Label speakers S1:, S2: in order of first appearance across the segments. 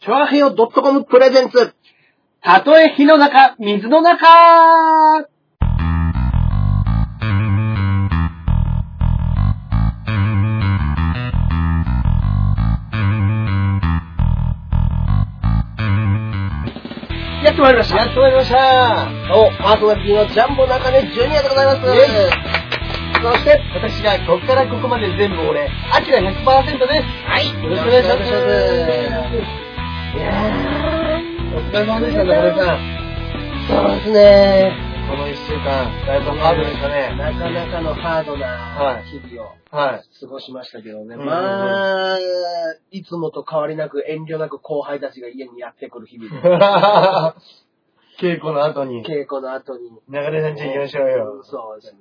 S1: チョアヘヨ .com プレゼンツ。
S2: たとえ火の中、水の中
S1: やってまいりました。
S2: やってまいりました
S1: お、パーソナリティのジャンボ中根ジュニアでございます。
S2: イエそして、私がここからここまで全部俺、アキラ100%です
S1: はい。
S2: よろしくお願いします。いやー、お疲れ様でした、中根さん。
S1: そうですね。
S2: この1週間、だいぶハードでした ね。
S1: なかなかのハード
S2: は
S1: ない日々を
S2: はい。
S1: 過ごしましたけどね。
S2: うん
S1: まあ、いつもと変わりなく遠慮なく後輩たちが家にやってくる日々で
S2: 稽古の後に、
S1: 稽古の後に。
S2: 中根さんち行きましょうよ。
S1: そうですね。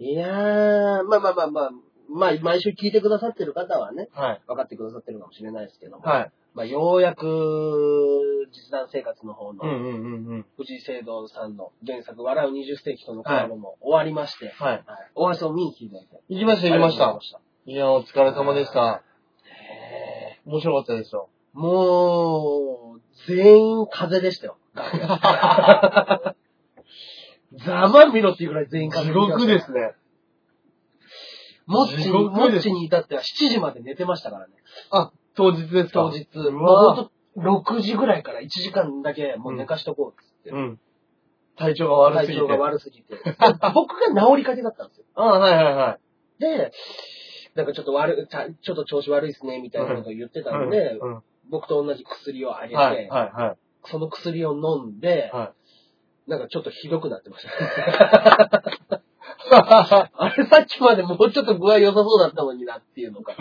S1: いやー、まあまあまあまあ、まあ、毎週聞いてくださってる方はね、
S2: はい。
S1: 分かってくださってるかもしれないですけども、
S2: はい。
S1: まあ、ようやく、実弾生活の方
S2: うん
S1: の、
S2: うんうんうん。
S1: 藤井聖堂さんの原作、笑う20世紀とのコラボも終わりまして、
S2: はい。
S1: はいお話を見に来ていただいて。
S2: 行きました、行きまし
S1: ありがとう
S2: た
S1: ござい。した。
S2: いや、お疲れ様でした。面白かったですよ。
S1: もう、全員風邪でしたよ。ざまみろっていうぐらい全員風
S2: 地
S1: 邪
S2: 獄ですね。
S1: もっちに、
S2: 地獄
S1: も
S2: で
S1: っ
S2: す
S1: ちに至っては7時まで寝てましたからね。
S2: あ、当日ですか
S1: 当日。
S2: う
S1: もう
S2: わ
S1: ほんと6時ぐらいから1時間だけもう寝かしとこうっつって。
S2: うん。体調が悪す
S1: 体
S2: ぎ
S1: 調
S2: て。
S1: が悪す ぎて。僕が治りかけだったんですよ。
S2: あはいはいはい。
S1: で、なんかちょっと悪い、ちゃちょっと調子悪いっすね、みたいなことを言ってた
S2: うんん
S1: で、
S2: うん
S1: 僕と同じ薬をあげて、
S2: はいはいは
S1: その薬を飲んで、
S2: は
S1: なんかちょっとひどくなってました。
S2: い。
S1: あれさっきまでもうちょっと具合良さそうだったのになっていうのが。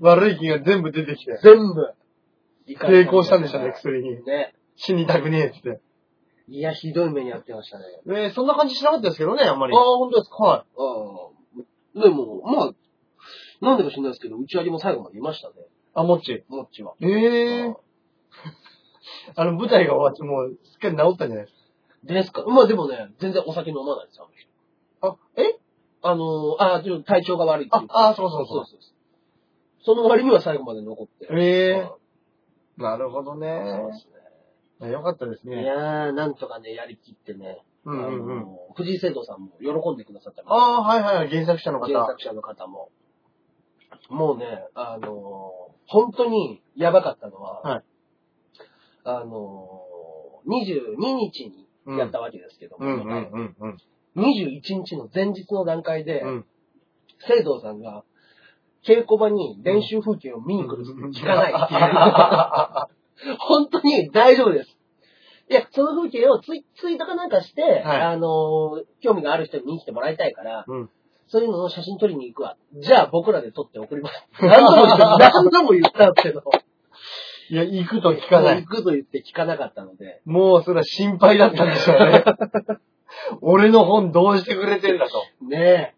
S2: 悪い気が全部出てきて。
S1: 全部。
S2: 成功したんでしたね、薬に。
S1: ね。
S2: 死にたくねえって。
S1: いや、ひどい目に遭ってましたね。
S2: えそんな感じしなかったですけどね、あんま
S1: ああ、
S2: あ
S1: 本当ですか。
S2: は
S1: ああ。でも、まあ、なんでか知らないですけど、打ち上げも最後までいましたね。
S2: あ、もっち。
S1: もっちは。
S2: ええあの、舞台が終わって、もう、すっかり治ったんじゃないです
S1: ですか。まあでもね、全然お酒飲まないです、あの
S2: か。
S1: 人。
S2: あ、え
S1: あのー、ああ、ちょっと体調が悪いっていうか。
S2: あ、あ、そうそう
S1: そ
S2: そう
S1: そうそう。その割には最後まで残って。
S2: う。え
S1: うん
S2: えなるほどね。
S1: そうです
S2: よかったです
S1: ね。い
S2: ね。
S1: やー、なんとかね、やりきってね。
S2: うんうんう
S1: あ
S2: ん。
S1: のー藤井聖堂さんも喜んでくださったみたい
S2: ああー、はいはい、原作者の
S1: 原
S2: 方。
S1: 作者の方も。もうね、あのー本当にやばかったのは、
S2: はい
S1: あのー22日にやったわけですけども、
S2: うんうんうんうん。
S1: 21日の前日の段階で、
S2: うん
S1: 聖堂さんが、稽古場に練習風景を見に来るって聞かないって いう。本当に大丈夫です。いや、その風景をツイツイートかなんかして、あのー興味がある人に見に来てもらいたいから、
S2: うん
S1: そういうのを写真撮りに行くわ。じゃあ僕らで撮って送ります。 何度も言った、何度も言ったんですけど。
S2: いや、行くと聞かない。
S1: 行くと言って聞かなかったので。
S2: もう、それは心配だったんでしょうね。 俺の本どうしてくれてんだと。
S1: ね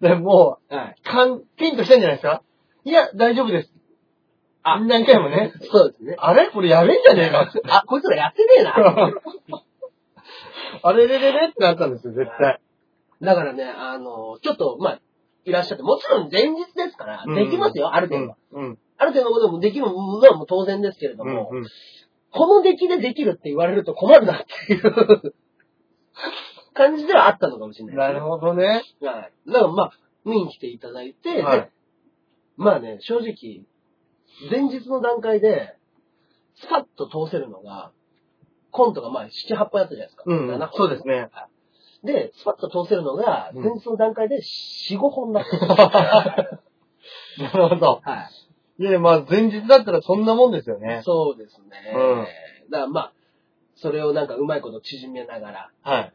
S2: でも
S1: え。はい。
S2: う、かん、ピンとしたんじゃないですかいや、大丈夫です。
S1: あ
S2: 何回もね。
S1: そうですね。
S2: あれこれやべえんじゃねえかって。
S1: あ、こいつらやってね えな。
S2: あれれれれってなったんですよ、絶対。
S1: だからね、あの、ちょっと、まあ、いらっしゃって、もちろん前日ですから、
S2: うん
S1: できますよ、ある程度は。
S2: うん。
S1: ある程度のこともできるのはもう当然ですけれど
S2: う
S1: も、
S2: ん。うん。
S1: この出来でできるって言われると困るなっていう感じではあったのかもしれな
S2: ないる
S1: ですね。
S2: ほどね。
S1: はい。だからまあ、見に来ていただいて、
S2: は
S1: で
S2: い。
S1: まあね、正直、前日の段階で、スパッと通せるのが、コントがまあ、7、8本やったじゃないですか。
S2: うんうん
S1: 7。本
S2: そうですね。
S1: で、スパッと通せるのが、
S2: うん
S1: 前日の段階で4、5本だったんですよ。
S2: なるほど。
S1: はい
S2: や、まあ、前日だったらそんなもんですよ
S1: い。
S2: ね。
S1: そうですね。
S2: う
S1: だからまあ、それをなんかうまいこと縮めながら、
S2: はい。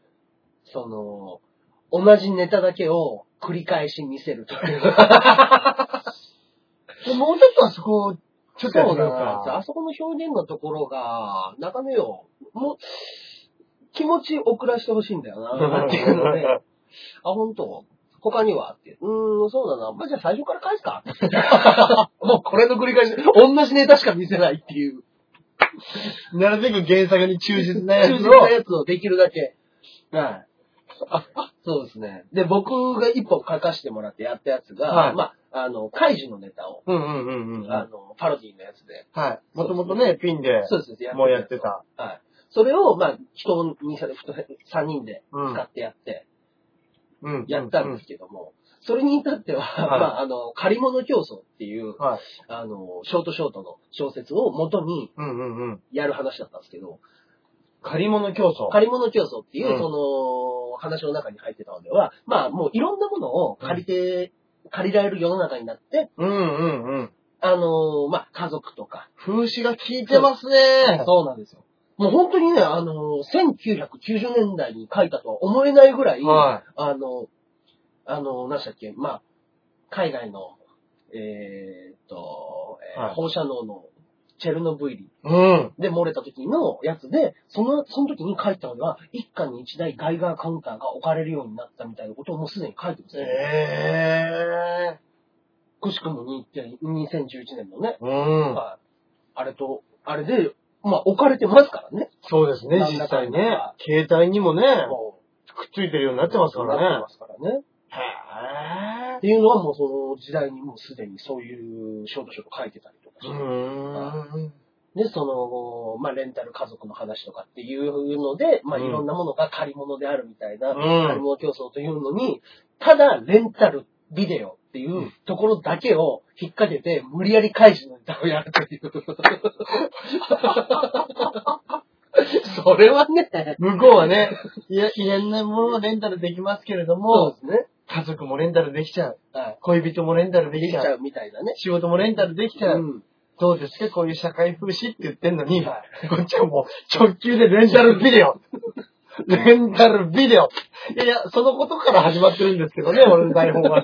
S1: その、同じネタだけを繰り返し見せるという。
S2: でもうちょっとあそこ、 ちょっとやってみよう
S1: なんですよあ
S2: か。
S1: そこの表現のところが、中根よ、もう、気持ち遅らしてほしいんだよな、っていうので、あ、本当他にはって。うーん、そうだな。まあ、じゃあ最初から返 すか。もうこれの繰り返し、同じネタしか見せないっていう。
S2: なるべく原作に忠実なや
S1: 忠
S2: つ
S1: 実
S2: を
S1: な。やつをできるだけ。はい。そうですね。で、僕が一本書かしてもらってやったやつが、
S2: はい
S1: まあ、あの、カイジのネタを、
S2: うんうんうんうん。
S1: あの、パロディのやつで、
S2: はい。もともとね、ピンで、
S1: そうですです、
S2: もうやって。た。
S1: はい。それを、まあ、人にさ、3人で
S2: うん。
S1: 使ってやって、
S2: うん。
S1: やったんですけども、それに至っては、ま
S2: はい
S1: あ、あの、借り物競争っていう、
S2: はい
S1: あの、ショートショートの小説を元に
S2: うんうんうん。
S1: やる話だったんですけど、
S2: 借り物競争。
S1: 借り物競争っていうう、
S2: ん
S1: その、話の中に入ってたのでは、まあ、もういろんなものを借りて、借りられる世の中になって、
S2: うんうんうん。
S1: あのーまあ、家族とか。
S2: 風刺が効いてますね。
S1: そうなんですよ。もう本当にね、あのー1990年代に書いたとは思えないぐらい、
S2: は
S1: あの、あの、何でしたっけ、まあ、海外の、えーっと、えー
S2: はい
S1: 放射能のチェルノブイリ
S2: い。うん。
S1: で漏れた時のやつで、その、その時に書いたのは、一家に一台ガイガーカウンターが置かれるようになったみたいなことをもうすでに書いてますね。
S2: ええ
S1: くしくもに2011年のね、
S2: ー。うん。
S1: はいあれと、あれで、まあ、置かれてますからね。
S2: そうですね、
S1: なん
S2: 実
S1: だか
S2: 際
S1: んだ
S2: ね。携帯にもね、
S1: も
S2: くっついてるように
S1: う
S2: なってますか
S1: なって
S2: らね
S1: ますからね。。
S2: へ
S1: っていうのはもうその時代にもうすでにそういうショートショート書いてたりとかして。
S2: うん。
S1: で、その、まあ、レンタル家族の話とかっていうので、まあ、
S2: うん
S1: いろんなものが借り物であるみたいな、
S2: うん
S1: 借り物競争というのに、ただ、レンタルビデオっていうところだけを引っ掛けて、無理やり開示のネタをやると いう。それはね、
S2: 向こうはね、いや、いろんなものをレンタルできますけれども、
S1: そうですね。
S2: 家族もレンタルできちゃう。
S1: はい。
S2: 恋人もレンタル
S1: で
S2: で
S1: き
S2: き
S1: ち
S2: ちゃう。
S1: ゃうみたいなね。
S2: 仕事もレンタルできちゃう。
S1: ん。
S2: どうですかこういう社会風刺って言ってんのに、
S1: は
S2: こっちはもう直球でレンタルビデオ。レンタルビデオ。いやいや、そのことから始まってるんですけどね、俺の台本は。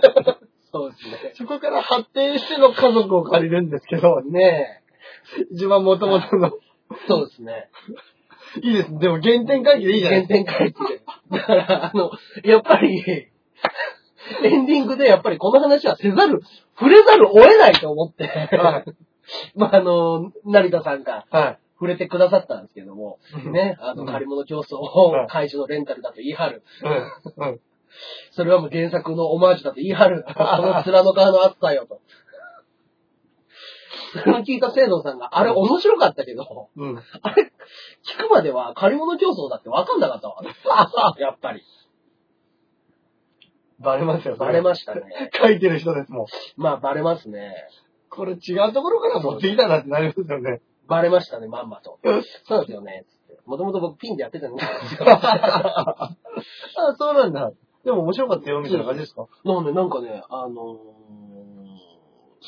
S1: そうですね。
S2: そこから発展しての家族を借りるんですけど、
S1: ね
S2: 一番元々の。
S1: え。そうですね。
S2: いいですね。でも原点回帰でいいじゃない
S1: 原点回帰で。だから、あの、やっぱり、エンディングでやっぱりこの話はせざる、触れざるを得ないと思って、
S2: はい
S1: まあ、あの、成田さんが
S2: は
S1: 触れてくださったんですけども、
S2: い。
S1: ね、あの、借り物競争
S2: は
S1: を
S2: い
S1: 会社のレンタルだと言い張る。
S2: うん。うん。
S1: それはもう原作のオマージュだと言い 張る。この面の側の厚さよと。それを聞いた聖堂さんが、あれ面白かったけど、
S2: うん。
S1: あれ、聞くまでは借り物競争だって分かんなかったわ。 やっぱり。
S2: バレますよ、
S1: バレ
S2: す。
S1: ました ね。
S2: 書いてる人ですもん。
S1: まあ、バレますね。
S2: これ違うところから持ってきたなってなりますよね。
S1: バレましたね、まんまと。そうですよね。つってもともと僕ピンでやってたんですよ。
S2: あ、そうなんだ。でも面白かったよ、みたいな感じですか
S1: なんで、なんかね、あのー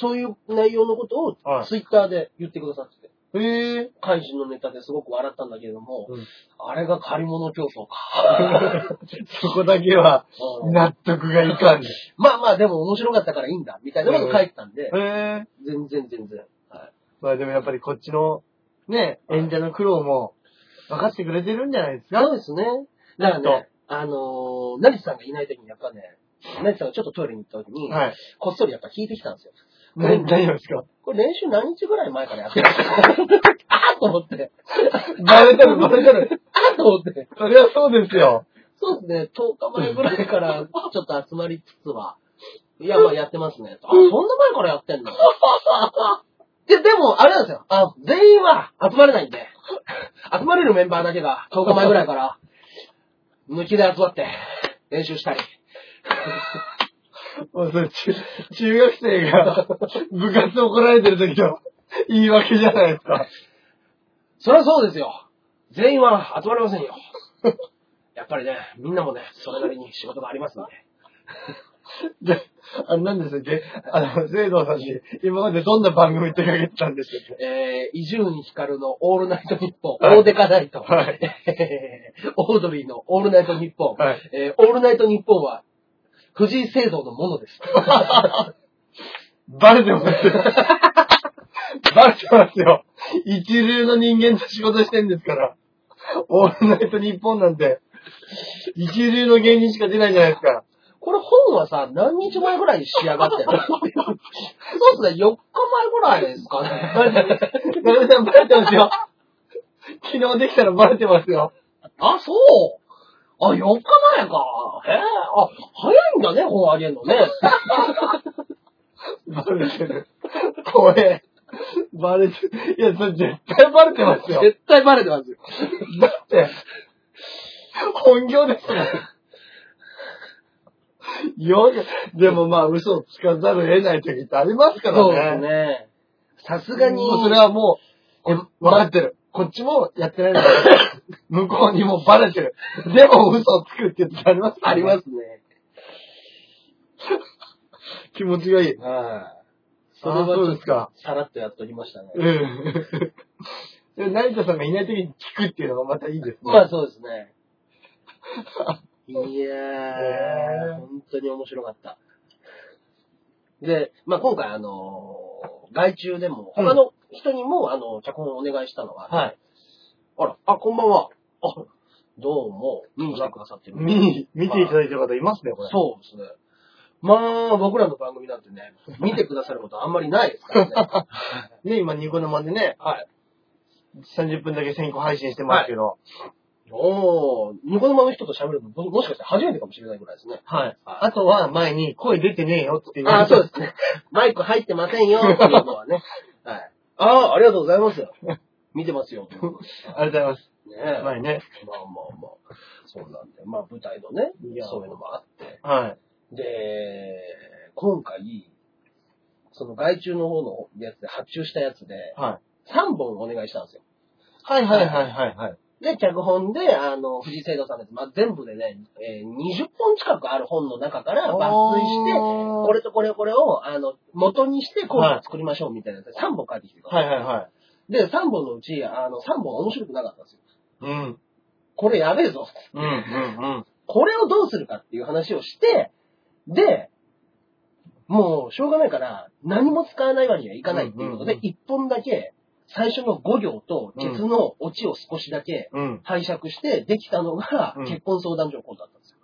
S1: そういう内容のことを
S2: は
S1: ツイッターで言ってくださってて、
S2: い。へえ。
S1: 怪人のネタですごく笑ったんだけれども、
S2: うん
S1: あれが借り物競争 か。
S2: そこだけは
S1: うん
S2: 納得がいかんで。
S1: まあまあ、でも面白かったからいいんだ、みたいなこと書いてたんで、
S2: へえ。
S1: 全然全然。はい
S2: まあでもやっぱりこっちの、ね、演者の苦労も分かってくれてるんじゃないですか
S1: そうですね。だからね、あのー、成田さんがいない時にやっぱね、成田さんがちょっとトイレに行った時に、
S2: はい。
S1: こっそりやっぱ聞いてきたんですよ。
S2: な大丈夫ですか
S1: これ練習何日ぐらい前からやってる んですかあーと思って。
S2: バレてる、バレてる。
S1: あーと思って。
S2: そりゃそうですよ。
S1: そうですね、10日前ぐらいからちょっと集まりつつは。いや、まあやってますね。あ、そんな前からやっ てんので、でも、あれなんですよ。あ、全員は集まれないんで。集まれるメンバーだけが10日前ぐらいから、抜きで集まって練習したり。
S2: もうそれ中中学生が部活怒られてる時の言い訳じゃないですか。
S1: そりゃそうですよ。全員は集まりません よ。やっぱりね、みんなもね、それなりに仕事がありますので。
S2: で、あの、なんでしたっけあの、聖堂さんに今までどんな番組手掛けてたんでしたっけ
S1: えー、伊集院光のオールナイトニッポン、
S2: はい
S1: オーデカナイト、
S2: はい
S1: えー オードリーのオールナイトニッポン、
S2: はい。
S1: えーオールナイトニッポンは、藤井聖堂のものです。
S2: バレてますよ。バレてますよ。一流の人間と仕事してんですから。オールナイト日本なんて、一流の芸人しか出ないじゃないですか。
S1: これ本はさ、何日前ぐらいに仕上がったよねそうですね、4日前ぐらいですかね。
S2: 中村さんバレてますよ。昨日できたらバレてますよ。
S1: あ、そうあ、4日前か。へえ、あ、早いんだね、本あげんのね。
S2: バレてる。怖え。バレてる。いや、それ絶対バレてますよ。
S1: 絶対バレてますよ。
S2: だって、本業ですもん。よく、でもまあ嘘をつかざるを得ない時ってありますからね。
S1: そうですね。さすがに、
S2: もうそれはもう、こわかってる。こっちもやってないんだから。向こうにもバレてる。でも嘘をつくって言ってあります。
S1: ありますすね。
S2: 気持ちがいい。
S1: はい。それ
S2: あ
S1: は
S2: あ
S1: ち
S2: そう
S1: ょ
S2: で
S1: っ
S2: すか。
S1: と、さらっとやっときましたね。
S2: うん。で成田さんがいない時に聞くっていうのがまたいいですね。
S1: まあそうですね。 いや
S2: え
S1: ー、本当に面白かった。で、まあ今回あのー外注でも、他の人にも、あの、脚本をお願いしたのが、
S2: はい。
S1: あら、あ、こんばんは。あ、どうも、見に来てくださってる。
S2: 見に、見ていただいてる方いますね、これ。
S1: そうですね。まあ、僕らの番組なんてね、見てくださることあんまりないです からね。
S2: ね、今、ニコ生でね、
S1: はい。
S2: 30分だけ先行配信してますけど。
S1: おー、ニコ生の人と喋るの、ももしかして初めてかもしれないぐらいですね。
S2: はい。
S1: はい
S2: あとは、前に、声出てねえよって言わ
S1: あ
S2: れ
S1: あ、
S2: て
S1: そうですね。マイク入ってませんよ、っていうのはね。 はい。ああ、ありがとうございます。見てますよ。ね
S2: ありがとうござい ます。
S1: え。まあまあ
S2: 前ね。
S1: まあ。そうなんで、まあ舞台のね
S2: いや、
S1: そういうのもあって。
S2: はい。
S1: で、今回、その外注の方のやつで発注したやつで、
S2: は
S1: 3本お願いしたんですよ。
S2: はいはいはいはいはい。
S1: で、脚本で、あの、藤井聖堂さんです。まあ、全部でね、えー20本近くある本の中から抜粋して、こ
S2: こ
S1: れとこれこれを、あの、元にしてコーナー作りましょうみたいなやつで3本書いてきてくださ。
S2: はいいはいはい。
S1: で、3本のうち、あの、3本面白くなかったんですよ。
S2: うん。
S1: これやべえぞ。
S2: うんうん
S1: これをどうするかっていう話をして、で、もう、しょうがないから、何も使わないわにはいかないっていうことで、
S2: うんうんうん
S1: 1本だけ、最初の5行と、ケツのオチを少しだけ
S2: うん。
S1: 拝借して、できたのが
S2: う、ん
S1: 結婚相談所のコーナーだったんですよ。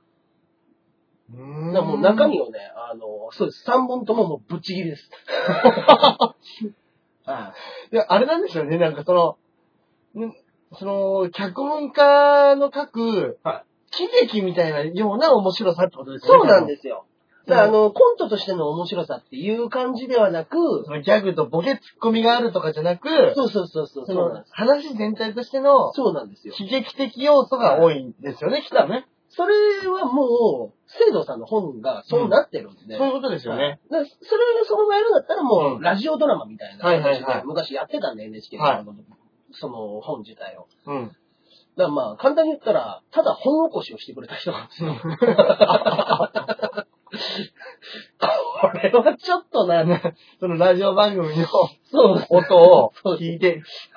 S2: うん。
S1: だからもう中。身をね、あの、そうです。3本とももうぶっちぎ りです。はい
S2: や、あれなんですよね、なんかその、んその、脚本家の書く
S1: は、
S2: 喜劇みたいなような面白さってこと
S1: い
S2: ですよね。
S1: そうなんですよ。だからあ
S2: うん
S1: の、コントとしての面白さっていう感じではなく、
S2: そのギャグとボケツッコミがあるとかじゃなく、
S1: そうそうそうそ
S2: そ
S1: う。そうなん
S2: の
S1: です。
S2: 話全体としての
S1: そうなんですよ。
S2: 悲劇的要素が多いんですよね、きっとね。
S1: それはもう、聖堂さんの本がそうなってるんで。
S2: そういうことですよね。
S1: だからそれがそのままやるんだったらも
S2: う
S1: う、
S2: ん
S1: ラジオドラマみたいな
S2: はいは
S1: 感
S2: いはい
S1: じで、昔やってたんで NHK の、
S2: はい
S1: あのその本自体を。
S2: うん。
S1: だからまあ、簡単に言ったら、ただ本起こしをしてくれた人なんですよ。これはちょっとな、
S2: そのラジオ番組の
S1: そうです。
S2: 音を
S1: そうです
S2: 聞いて、ス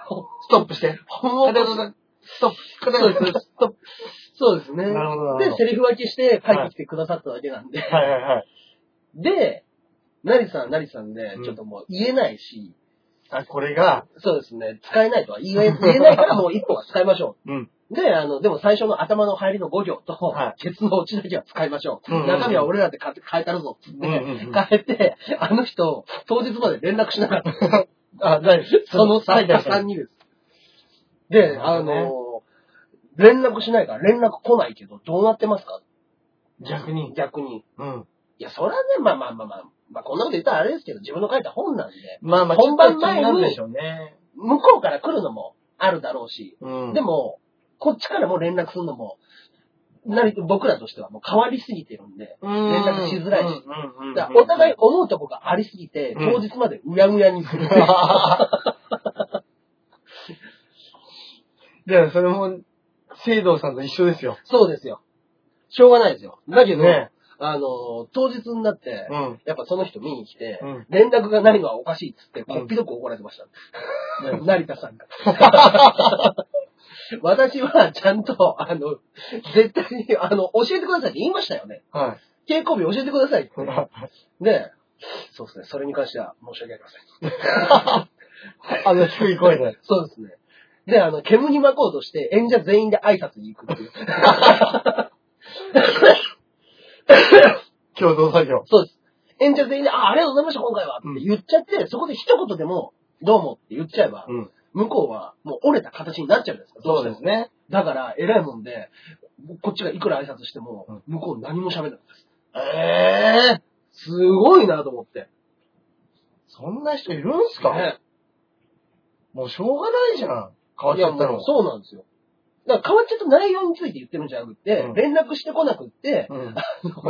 S2: トップして。
S1: 本起こし
S2: ストップ。ストップ。
S1: そうですね。
S2: なるほどなるほ
S1: で、
S2: ど
S1: セリフ分けして書いてきてくださっただけなんで。
S2: はいはいはい。
S1: で、なりさんなりさんで
S2: う、ん
S1: ちょっともう言えないし、
S2: あ、これが、
S1: そうですね、使えないとは言 え言えないからもう一本は使いましょ
S2: うん。
S1: う。で、あの、でも最初の頭の入りの5行と、
S2: は
S1: ケツの落ちだけは使いましょう。
S2: うんうんうん
S1: 中身は俺らで変えたるぞっつっ
S2: う
S1: て、
S2: んうんうん
S1: 変えて、あの人、当日まで連絡しなかった。
S2: あ、大丈夫。
S1: その
S2: は
S1: 作
S2: い大
S1: 家
S2: 丈
S1: さんにです。で、
S2: な
S1: あ
S2: るほどね
S1: の、連絡しないから連絡来ないけど、どうなってますか
S2: 夫逆に。
S1: 逆に。
S2: うん。
S1: いや、それはね、まあまあまあまあ、まあこんなこと言ったらあれですけど、自分の書いた本なんで、
S2: まあまあ、
S1: 本番前に
S2: ちょっと気なるでしょうね。
S1: 向こうから来るのもあるだろうし、
S2: うん。
S1: でも、こっちからも連絡するのも、なり僕らとしてはもう変わりすぎてるんで、
S2: うん、
S1: 連絡しづらい
S2: う
S1: し
S2: んうんうんうん
S1: だからお互い思うとこがありすぎて、
S2: うん
S1: 当日までうやうやにす る。
S2: じゃあ、それも、聖堂さんと一緒ですよ。
S1: そうですよ。しょうがないですよ。だけど、
S2: ね
S1: あの、当日になって、
S2: うん。
S1: やっぱその人見に来て、
S2: うん
S1: 連絡がないのはおかしいっつって、
S2: うん
S1: こっぴどく怒られてました。
S2: うん
S1: 成 田さんが。私はちゃんと、あの、絶対に、あの、教えてくださいって言いましたよね。
S2: はい。
S1: 稽古日教えてくださいって。で、そうですね。それに関しては申し訳ありません。
S2: あの低い声で。
S1: そうですね。で、あの、煙に巻こうとして演者全員で挨拶に行くっていう。
S2: 共同作業。
S1: そうです。演者全員で、あ、ありがとうございました、今回はって
S2: うん
S1: 言っちゃって、そこで一言でも、どうもって言っちゃえば、
S2: うん。
S1: 向こうはもう折れた形になっちゃうじゃないですか。ど
S2: そう
S1: し
S2: う
S1: ても
S2: ですね。
S1: だから、偉いもんで、こっちがいくら挨拶しても
S2: うん、
S1: 向こう何も喋らないです。
S2: ええ
S1: すごいなと思って。
S2: そんな人いるんすか、
S1: ね
S2: もうしょうがないじゃん。変わっ
S1: い
S2: ち
S1: や、
S2: ゃった
S1: も
S2: の。
S1: うそうなんですよ。だから変わっちゃった内容について言ってるんじゃなくて、
S2: うん
S1: 連絡してこなくって、
S2: うん。な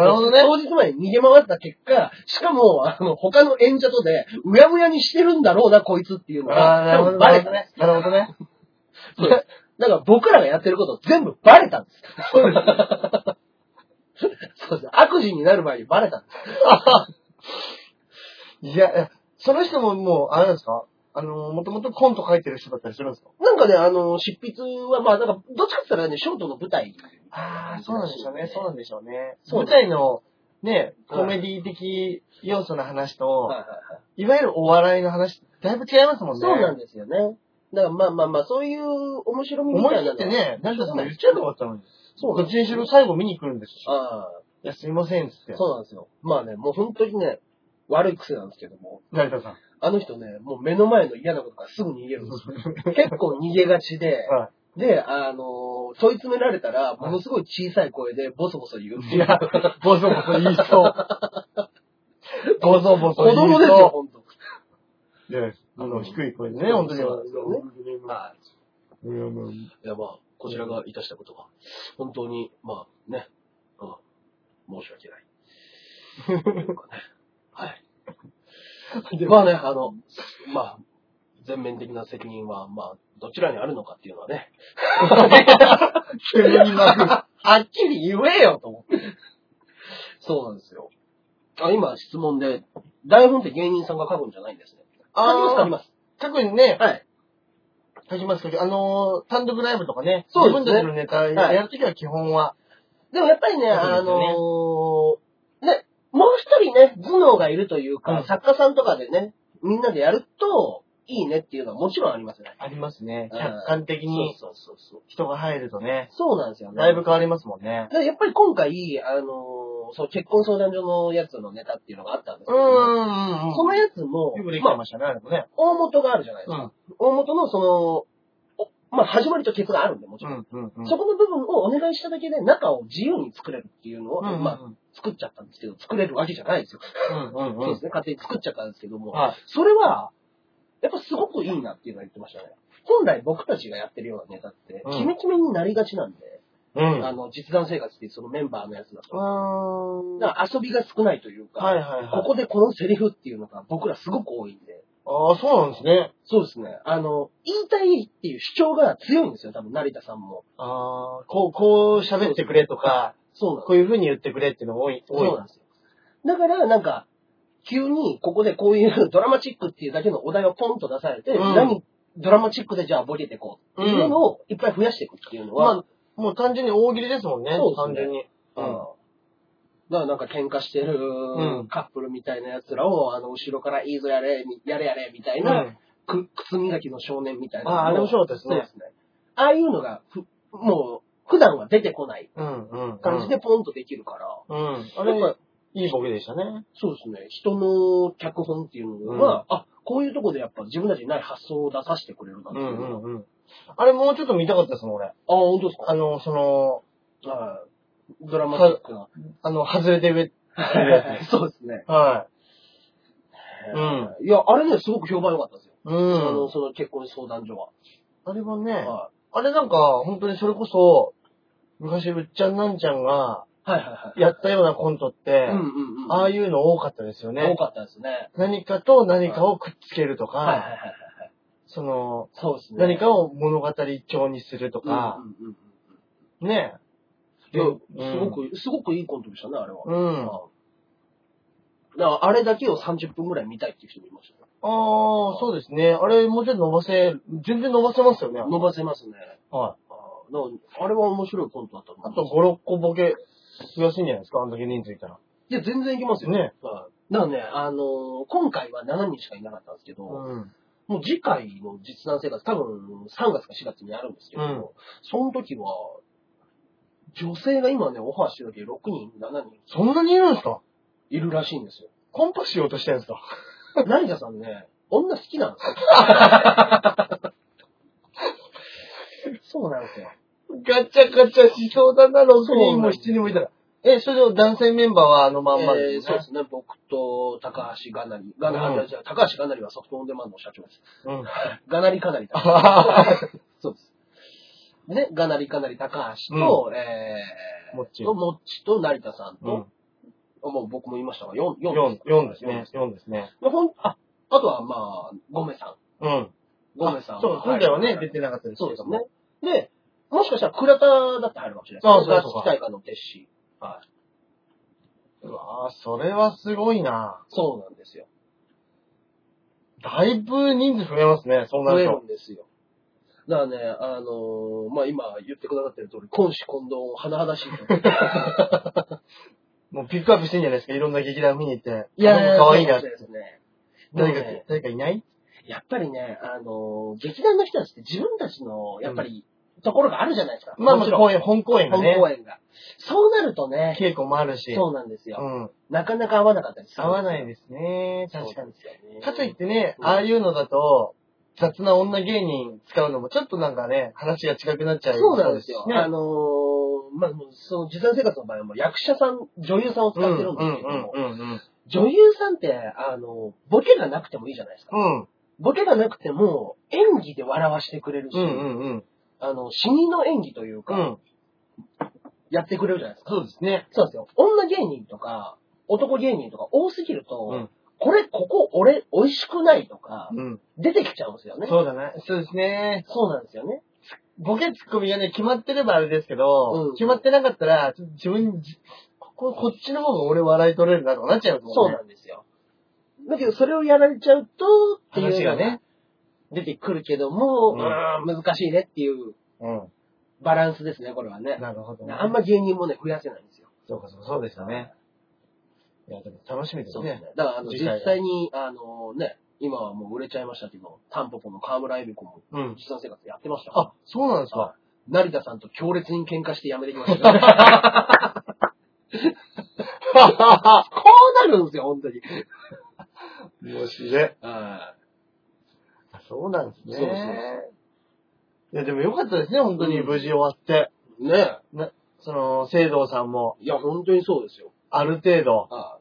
S2: るほどね
S1: 当日まで逃げ回った結果、しかも、あの、他の演者とで、うやむやにしてるんだろうな、こいつっていうの
S2: ああ、なる
S1: が、多
S2: ほ
S1: 分
S2: ど
S1: バレ
S2: ね
S1: た。。
S2: なるほどね。
S1: そうですだから僕らがやってること全部バレたんです。
S2: そうですね。
S1: そうです。悪事になる前にバレたんです。
S2: いや、いやその人ももう、あれなんですかあの、もともとコント書いてる人だったりするんですか
S1: なんかね、あの、執筆は、まあ、なんか、どっちかって言ったらね、ショートの舞台。
S2: あ
S1: ーそうなんでしょうねそう
S2: なんでしょうね
S1: そう
S2: 舞台の、ね、コメディ的要素の話と、いわゆるお笑いの話、だいぶ違いますもんね。
S1: そうなんですよね。だからまあまあまあ、そういう面白みみ
S2: 思い
S1: たい
S2: 切
S1: な
S2: って
S1: のは
S2: ね、成田さんが言っちゃえばよかったのに。
S1: そう
S2: ど
S1: なん
S2: っ
S1: で
S2: ち
S1: す
S2: にしろ最後見に来るんですし。
S1: ああ、
S2: いや、すいません、つって。
S1: そうなんですよ。まあね、もう本当にね、悪い癖なんですけども、
S2: 成田さん。
S1: あの人ね、もう目の前の嫌なことからすぐ逃げるんで すよ。結構逃げがちで、
S2: は
S1: で、あのー問い詰められたら、ものすごい小さい声でボソボソ言うって
S2: い
S1: いう。
S2: や、 ボソボソ言い そう。ボソボソ
S1: 子
S2: 言いそう。
S1: 供ですよ、本当。
S2: いやあ
S1: うん
S2: の、低い声でね、本当に。
S1: そうですよはい
S2: やもう
S1: い。いや、まあ、こちらがいたしたことは、本当に、まあ、ね、うん、申し訳ない。というかねはい。まあね、あの、まあ、全面的な責任は、まあ、どちらにあるのかっていうのはね、
S2: 急に巻く。
S1: はっきり言えよと思って。そうなんですよ。あ、今質問で、台本って芸人さんが書くんじゃないんですね。
S2: あー
S1: 書きます、書
S2: 特にね
S1: きま、す。はい。
S2: 書きますけど、あのー単独ライブとかね、
S1: そうです
S2: 自
S1: ね
S2: 分たちのネタ
S1: はい
S2: やるときは基本は、
S1: でもやっぱりね、あ
S2: そうですよね
S1: のーね、もう一人ね、頭脳がいるというか、
S2: うん
S1: 作家さんとかでね、みんなでやると、いいねっていうのはもちろんありますね。
S2: ありますね。
S1: うん
S2: 客観的に
S1: そうそうそうそう。
S2: 人が入るとね、
S1: そうなんですよね。
S2: だいぶ変わりますもんね
S1: だ。からやっぱり今回、あのーそう、結婚相談所のやつのネタっていうのがあったんです
S2: うん
S1: け
S2: う
S1: ど、
S2: んうん。
S1: そのやつも
S2: よくで、き
S1: ま
S2: て
S1: あ、
S2: ましたね、あれもね。
S1: 大元があるじゃないです
S2: う
S1: か。
S2: ん。
S1: 大元のその、おまあ、始まりと結があるんで、も
S2: う
S1: ちろん。
S2: んうんうん。
S1: そこの部分をお願いしただけで、中を自由に作れるっていうのを、
S2: うんうんうん。
S1: まあ、作っちゃったんですけど、作れるわけじゃないですよ。
S2: うんうん
S1: そう
S2: う
S1: で
S2: ん
S1: す。ね、勝手に作っちゃったんですけども、
S2: はい。
S1: それは、やっぱすごくいいなっていうのは言ってましたね。本来僕たちがやってるようなネタって、
S2: うん
S1: キメキメになりがちなんで、
S2: うん。
S1: あの、実弾生活っていうそのメンバーのやつだと。
S2: うん。
S1: だ
S2: は
S1: から遊びが少ないというか、
S2: いはいはい。
S1: ここでこのセリフっていうのが僕らすごく多いんで、
S2: ああ、そうなんですね。
S1: そうですね。あの、言いたいっていう主張が強いんですよ、多分成田さんも。
S2: ああ、こう、こう喋ってくれとか、
S1: そうなんです
S2: こういう風に言ってくれっていうの多い、多い。
S1: そうなんですよ。だから、なんか、急にここでこういうドラマチックっていうだけのお題をポンと出されて、
S2: うん
S1: 何、ドラマチックでじゃあボケていこうっていうのをいっぱい増やしていくっていうのは、
S2: まあ、もう単純に大喜利ですもんね。
S1: そうです
S2: 単
S1: ね
S2: 純に。
S1: うんだからなんか喧嘩してる
S2: ん
S1: カップルみたいな奴らを、あの、後ろからいいぞやれ、みやれやれみたいな、
S2: あ
S1: く靴磨きの少年みたいなのを。
S2: あ、あれ面白かったです
S1: そうで
S2: ね。
S1: すね。ああいうのがふ、もう、普段は出てこない
S2: うんうん。
S1: 感じで。ポンとできるから、
S2: うん。あ
S1: やっ
S2: れ
S1: ぱ、
S2: いいボケでしたね。
S1: そうですね、人の脚本っていうのは、あ、こういうとこでやっぱ自分たちにない発想を出させてくれるなっ
S2: う
S1: ていう。
S2: んう
S1: あ、
S2: んうん。あれもうちょっと見たかったですもん、俺。
S1: 本当です
S2: あの、その、
S1: かはい。ドラマチックな。
S2: あの、外れてる。
S1: そうですね。
S2: は
S1: ん。いや、あれね、すごく評判良かったですよ。
S2: い。う
S1: あの、
S2: ん。
S1: その結婚相談所は。
S2: あれもね、
S1: は
S2: あれなんか、本当にそれこそ、昔、うっちゃんなんちゃんが
S1: いはいはい
S2: やったようなコントって
S1: はい。うん、うんうん。
S2: ああいうの多かったですよ
S1: 多
S2: ね。
S1: かったですね。
S2: 何かと何かをくっつけると
S1: はいはいはいは
S2: か、
S1: い。
S2: その、
S1: そうですね。
S2: 何かを物語調にすると
S1: が
S2: か、ね
S1: いや、
S2: うん
S1: すごく、すごくいいコントでしたね、あれは。
S2: う。
S1: うん
S2: ああ、
S1: んだから、あれだけを30分ぐらい見たいっていう人もいましたね。
S2: そうですね。あれ、もうちょっと伸ばせ、全然伸ばせますよね。
S1: 伸ばせますね。
S2: はい。
S1: あーだからあれは面白いコントだったと思
S2: あ
S1: い
S2: と
S1: ます。
S2: 5、6個ボケ、増やせんじゃないですか、あんだけ人数いたら。
S1: いや、全然いけますよ。
S2: ね。
S1: はいだからね、あのー今回は7人しかいなかったんですけど、
S2: うん。
S1: もう次回の実弾生活、多分3月か4月にやるんですけど、
S2: うん
S1: その時は、女性が今ね、オファーしてるだけで6人、7人
S2: そんなにいるんですか
S1: いるらしいんです よ。
S2: コンパしようとしてるんですか
S1: 成田さんね、女好きなんですよ。そうなん ですよ。
S2: ガチャガチャしそうだな、6
S1: そう
S2: 人も7人もいたら。え、それで男性メンバーはあのまんま
S1: え
S2: で
S1: ー
S2: す
S1: そう
S2: ね
S1: ですね、僕と、高橋がなり、がな、
S2: うん
S1: あじゃあ高橋がなりはソフトオンデマンドの社長です。
S2: うん。
S1: がなりかなり だ。そうです。ね、がなりかなり高橋と、えー、
S2: もっち
S1: と、もっちと成田さん
S2: う
S1: と
S2: ん、。
S1: もう僕も言いましたが、4、四
S2: 4、4です
S1: 四
S2: ね。4ですね。
S1: でほん、あ、あとはまあ、ゴメさん。
S2: うん。
S1: ゴメさん。
S2: あそう、今回はね、出
S1: て
S2: てなかったです
S1: そう
S2: け
S1: です
S2: ど
S1: ね
S2: も。。
S1: で、もしかしたら倉田だって入るかもしれない
S2: あ
S1: で
S2: あ
S1: す。
S2: そうかそ
S1: 倉
S2: う
S1: 田
S2: か
S1: 機械科の弟子。
S2: うわぁ、それはすごいな
S1: そうなんですよ。
S2: だいぶ人数増えますね、そうな
S1: 増え
S2: る
S1: る
S2: と。
S1: んですよ。だからね、あのーまあ、今言ってくださってる通り、今子今度、華々しい。
S2: もうピックアップしてんじゃないですか、いろんな劇団見に行って。
S1: いやいや、
S2: かわいいな
S1: そうですね。でも
S2: 誰か
S1: ね、、
S2: 誰かいない
S1: やっぱりね、あのー劇団の人たちって自分たちの、やっぱり、ところがあるじゃないですか。
S2: まあま
S1: も
S2: あ、
S1: ちろん、
S2: 公演、本公演が
S1: 本
S2: ね。
S1: 公演が。そうなるとね、
S2: 稽古もあるし。
S1: そうなんですよ。
S2: うん。
S1: なかなか合わなかったりする
S2: 合わないですね。確かに。
S1: に。、
S2: かといっててね、
S1: うん
S2: ああいうのだと、雑な女芸人使うのも、ちょっとなんかね、話が近くなっちゃう
S1: そうなんです
S2: し
S1: よ。
S2: ね
S1: あのーまあ、もうその、時短生活の場合はもう役者さん、女優さんを使ってるんですけども、
S2: うんうんうん
S1: 女優さんって、あの、ボケがなくてもいいじゃないですか。
S2: うん。
S1: ボケがなくても、演技で笑わしてくれるし、
S2: うんうんうん
S1: あの、死人の演技という
S2: う
S1: か、
S2: ん。うん。
S1: やってくれるじゃないですか。
S2: そうですね。
S1: そうなんですよ。女芸人とか、男芸人とか多すぎると、
S2: うん
S1: これ、ここ、俺、美味しくないとか、
S2: うん。
S1: 出てきちゃうんですよね。
S2: そうだね。そうですね。
S1: そうなんですよね。
S2: ボケツッコミがね、決まってればあれですけど、
S1: うん
S2: 決まってなかったら、ちょっと自分、じここ、こっちの方が俺笑い取れるなとかなっちゃうもんね。
S1: そうなんですよ。だけど、それをやられちゃうと、っていう
S2: 話
S1: の
S2: がね。。
S1: 出てくるけども、
S2: うん
S1: まあ難しいねっていう
S2: う
S1: バランスですね、これはね
S2: ん。。なるほどね。
S1: あんま芸人もね、増やせないんですよ。
S2: そうかそうか、そうですよね。いや、でも楽しみです
S1: そうで
S2: ね。
S1: すね。だから、あの、
S2: 次回は
S1: 実際に、あのね、今はもう売れちゃいましたけど、タンポポの河村恵美子も
S2: うん。
S1: 実産生活やってましたから
S2: あ、そうなんですか。
S1: 成田さんと強烈に喧嘩してやめてきましたけどこうなるんですよ、本当に。
S2: 面白い。
S1: あ
S2: そうなんですね。
S1: そうそう
S2: いや、でもよかったですね、本当に
S1: うん
S2: 無事終わって。
S1: ねえ。
S2: その、聖堂さんも、
S1: いや、本当にそうですよ。
S2: ある程度、
S1: ああ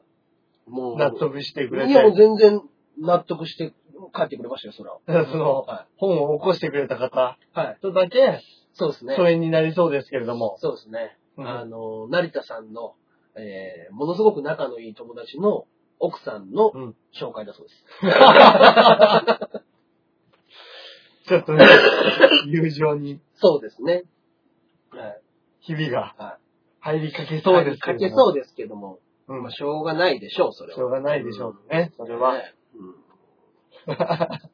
S1: もう。
S2: 納得してくれ
S1: いや、もう
S2: て、
S1: 全然納得して帰ってくれましたよ、それは。
S2: その、
S1: は
S2: 本を起こしてくれた方
S1: い。はい。
S2: とだけ、
S1: そうですね。
S2: 疎遠になりそうですけれど も。
S1: そうですね。
S2: うん
S1: あの、成田さんの、えー、ものすごく仲のいい友達の奥さんの
S2: うん
S1: 紹介だそうです。
S2: ちょっとね、友情に、
S1: そうですね。はい。
S2: ひびが
S1: は、
S2: 入りかけそうですけ
S1: か
S2: れ
S1: け
S2: ども。
S1: そうですけども、
S2: うん
S1: まあ、しょうがないでしょう、それは。
S2: しょうがないでしょうね、それは。
S1: ね。 うん。がっ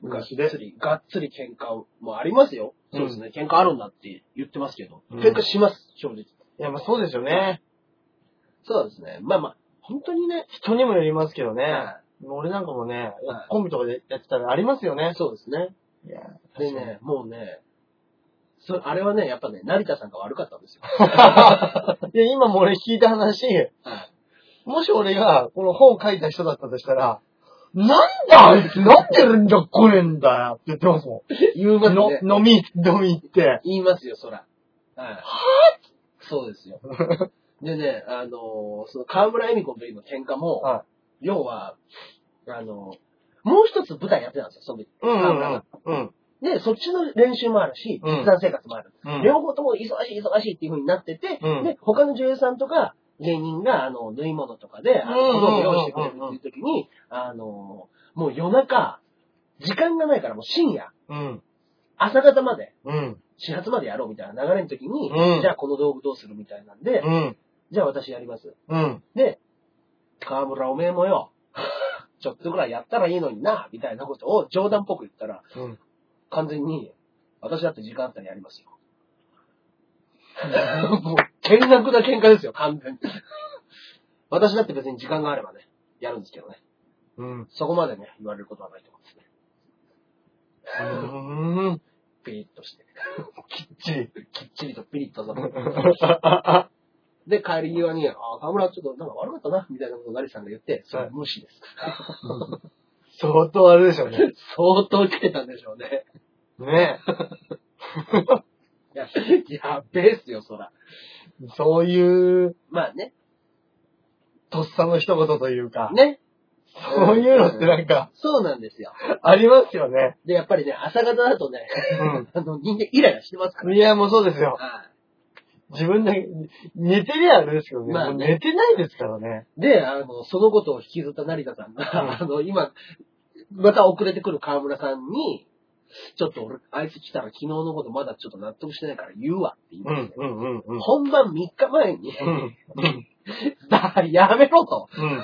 S2: 昔で
S1: つ。り、がっつり喧嘩もありますよ。
S2: う
S1: そ
S2: ん
S1: うですね。喧嘩あるんだって言ってますけど。
S2: うん
S1: 喧嘩します、正直。
S2: いや、まあそうですよね。
S1: そうですね。まあまあ、本当にね。
S2: 人にもよりますけどね。
S1: は
S2: 俺なんかもね
S1: は、い
S2: コンビとかでやってたらありますよね
S1: い。そうですね。
S2: いや、
S1: でね、もうね、そあれはね、やっぱね、成田さんが悪かったんですよ。
S2: 確かに。で、今も俺聞いた話、
S1: はい
S2: もし俺がこの本を書いた人だったとしたら、なんだあいつ、なんで連絡来ねえんだよって言ってますも
S1: 言います
S2: ん。の
S1: ね。
S2: 飲み、飲み行って。
S1: 言いますよ、そら。はい。そうで すよ。でね、あのーその河村恵美子と今喧嘩も、
S2: は
S1: 要は、あのーもう一つ舞台やってたんですよ、その時。
S2: うんう
S1: 河
S2: ん
S1: 村
S2: うん
S1: が。
S2: うん。
S1: で、そっちの練習もあるし、
S2: うん
S1: 実弾生活もある。
S2: うん
S1: 両方とも忙しい忙しいっていう風になってて、
S2: うん
S1: で、他の女優さんとか芸人が、あの、縫い物とかで、あの
S2: うん
S1: 小道具用意してくれるっていう時に、あの、もう夜中、時間がないからもう深夜、
S2: うん。
S1: 朝方まで、
S2: うん。
S1: 始発までやろうみたいな流れの時に、
S2: うん
S1: じゃあこの道具どうするみたいなんで、
S2: うん。
S1: じゃあ私やります。
S2: うん。
S1: で、河村おめえもよ、 ちょっとぐらいやったらいいのにな、みたいなことを冗談っぽく言ったら、
S2: うん。
S1: 完全に、私だって時間あったらやりますよ。 もう、見学な喧嘩ですよ、完全に。私だって別に時間があればね、やるんですけどね。
S2: うん。
S1: そこまでね、言われることはないと思うんですね。
S2: うん。
S1: ピリッとして。
S2: ちり。
S1: きっちりとピリッとさ。 で、帰り際に、ああ、河村ちょっとなんか悪かったな、みたいなことを成さんが言って、それは無視です。
S2: 相当あれでしょうね。
S1: 相当来てたんでしょうね。
S2: ね
S1: いや、やっべえっすよ、そら。
S2: そういう
S1: まあね。
S2: とっさの一言というか、
S1: ね。
S2: そういうのってなんか、
S1: そうなんですよ。
S2: ありますよね。
S1: で、やっぱりね、朝方だとね、 あの、人間イライラしてますか
S2: うん。いや、もうそうです
S1: ら。
S2: よ。
S1: は
S2: 自分で、寝てりゃあれですけどね。
S1: まあね
S2: もう寝てないですからね。
S1: い。で、あの、そのことを引きずった成田さんが、あの、今、また遅れてくる河村さんに、ちょっと俺、あいつ来たら昨日のことまだちょっと納得してないから言うわって言いま
S2: う
S1: すよ
S2: ん、うん、うん、うん。
S1: 本番3日前に、
S2: うん、うん、
S1: だからやめろと。
S2: うん。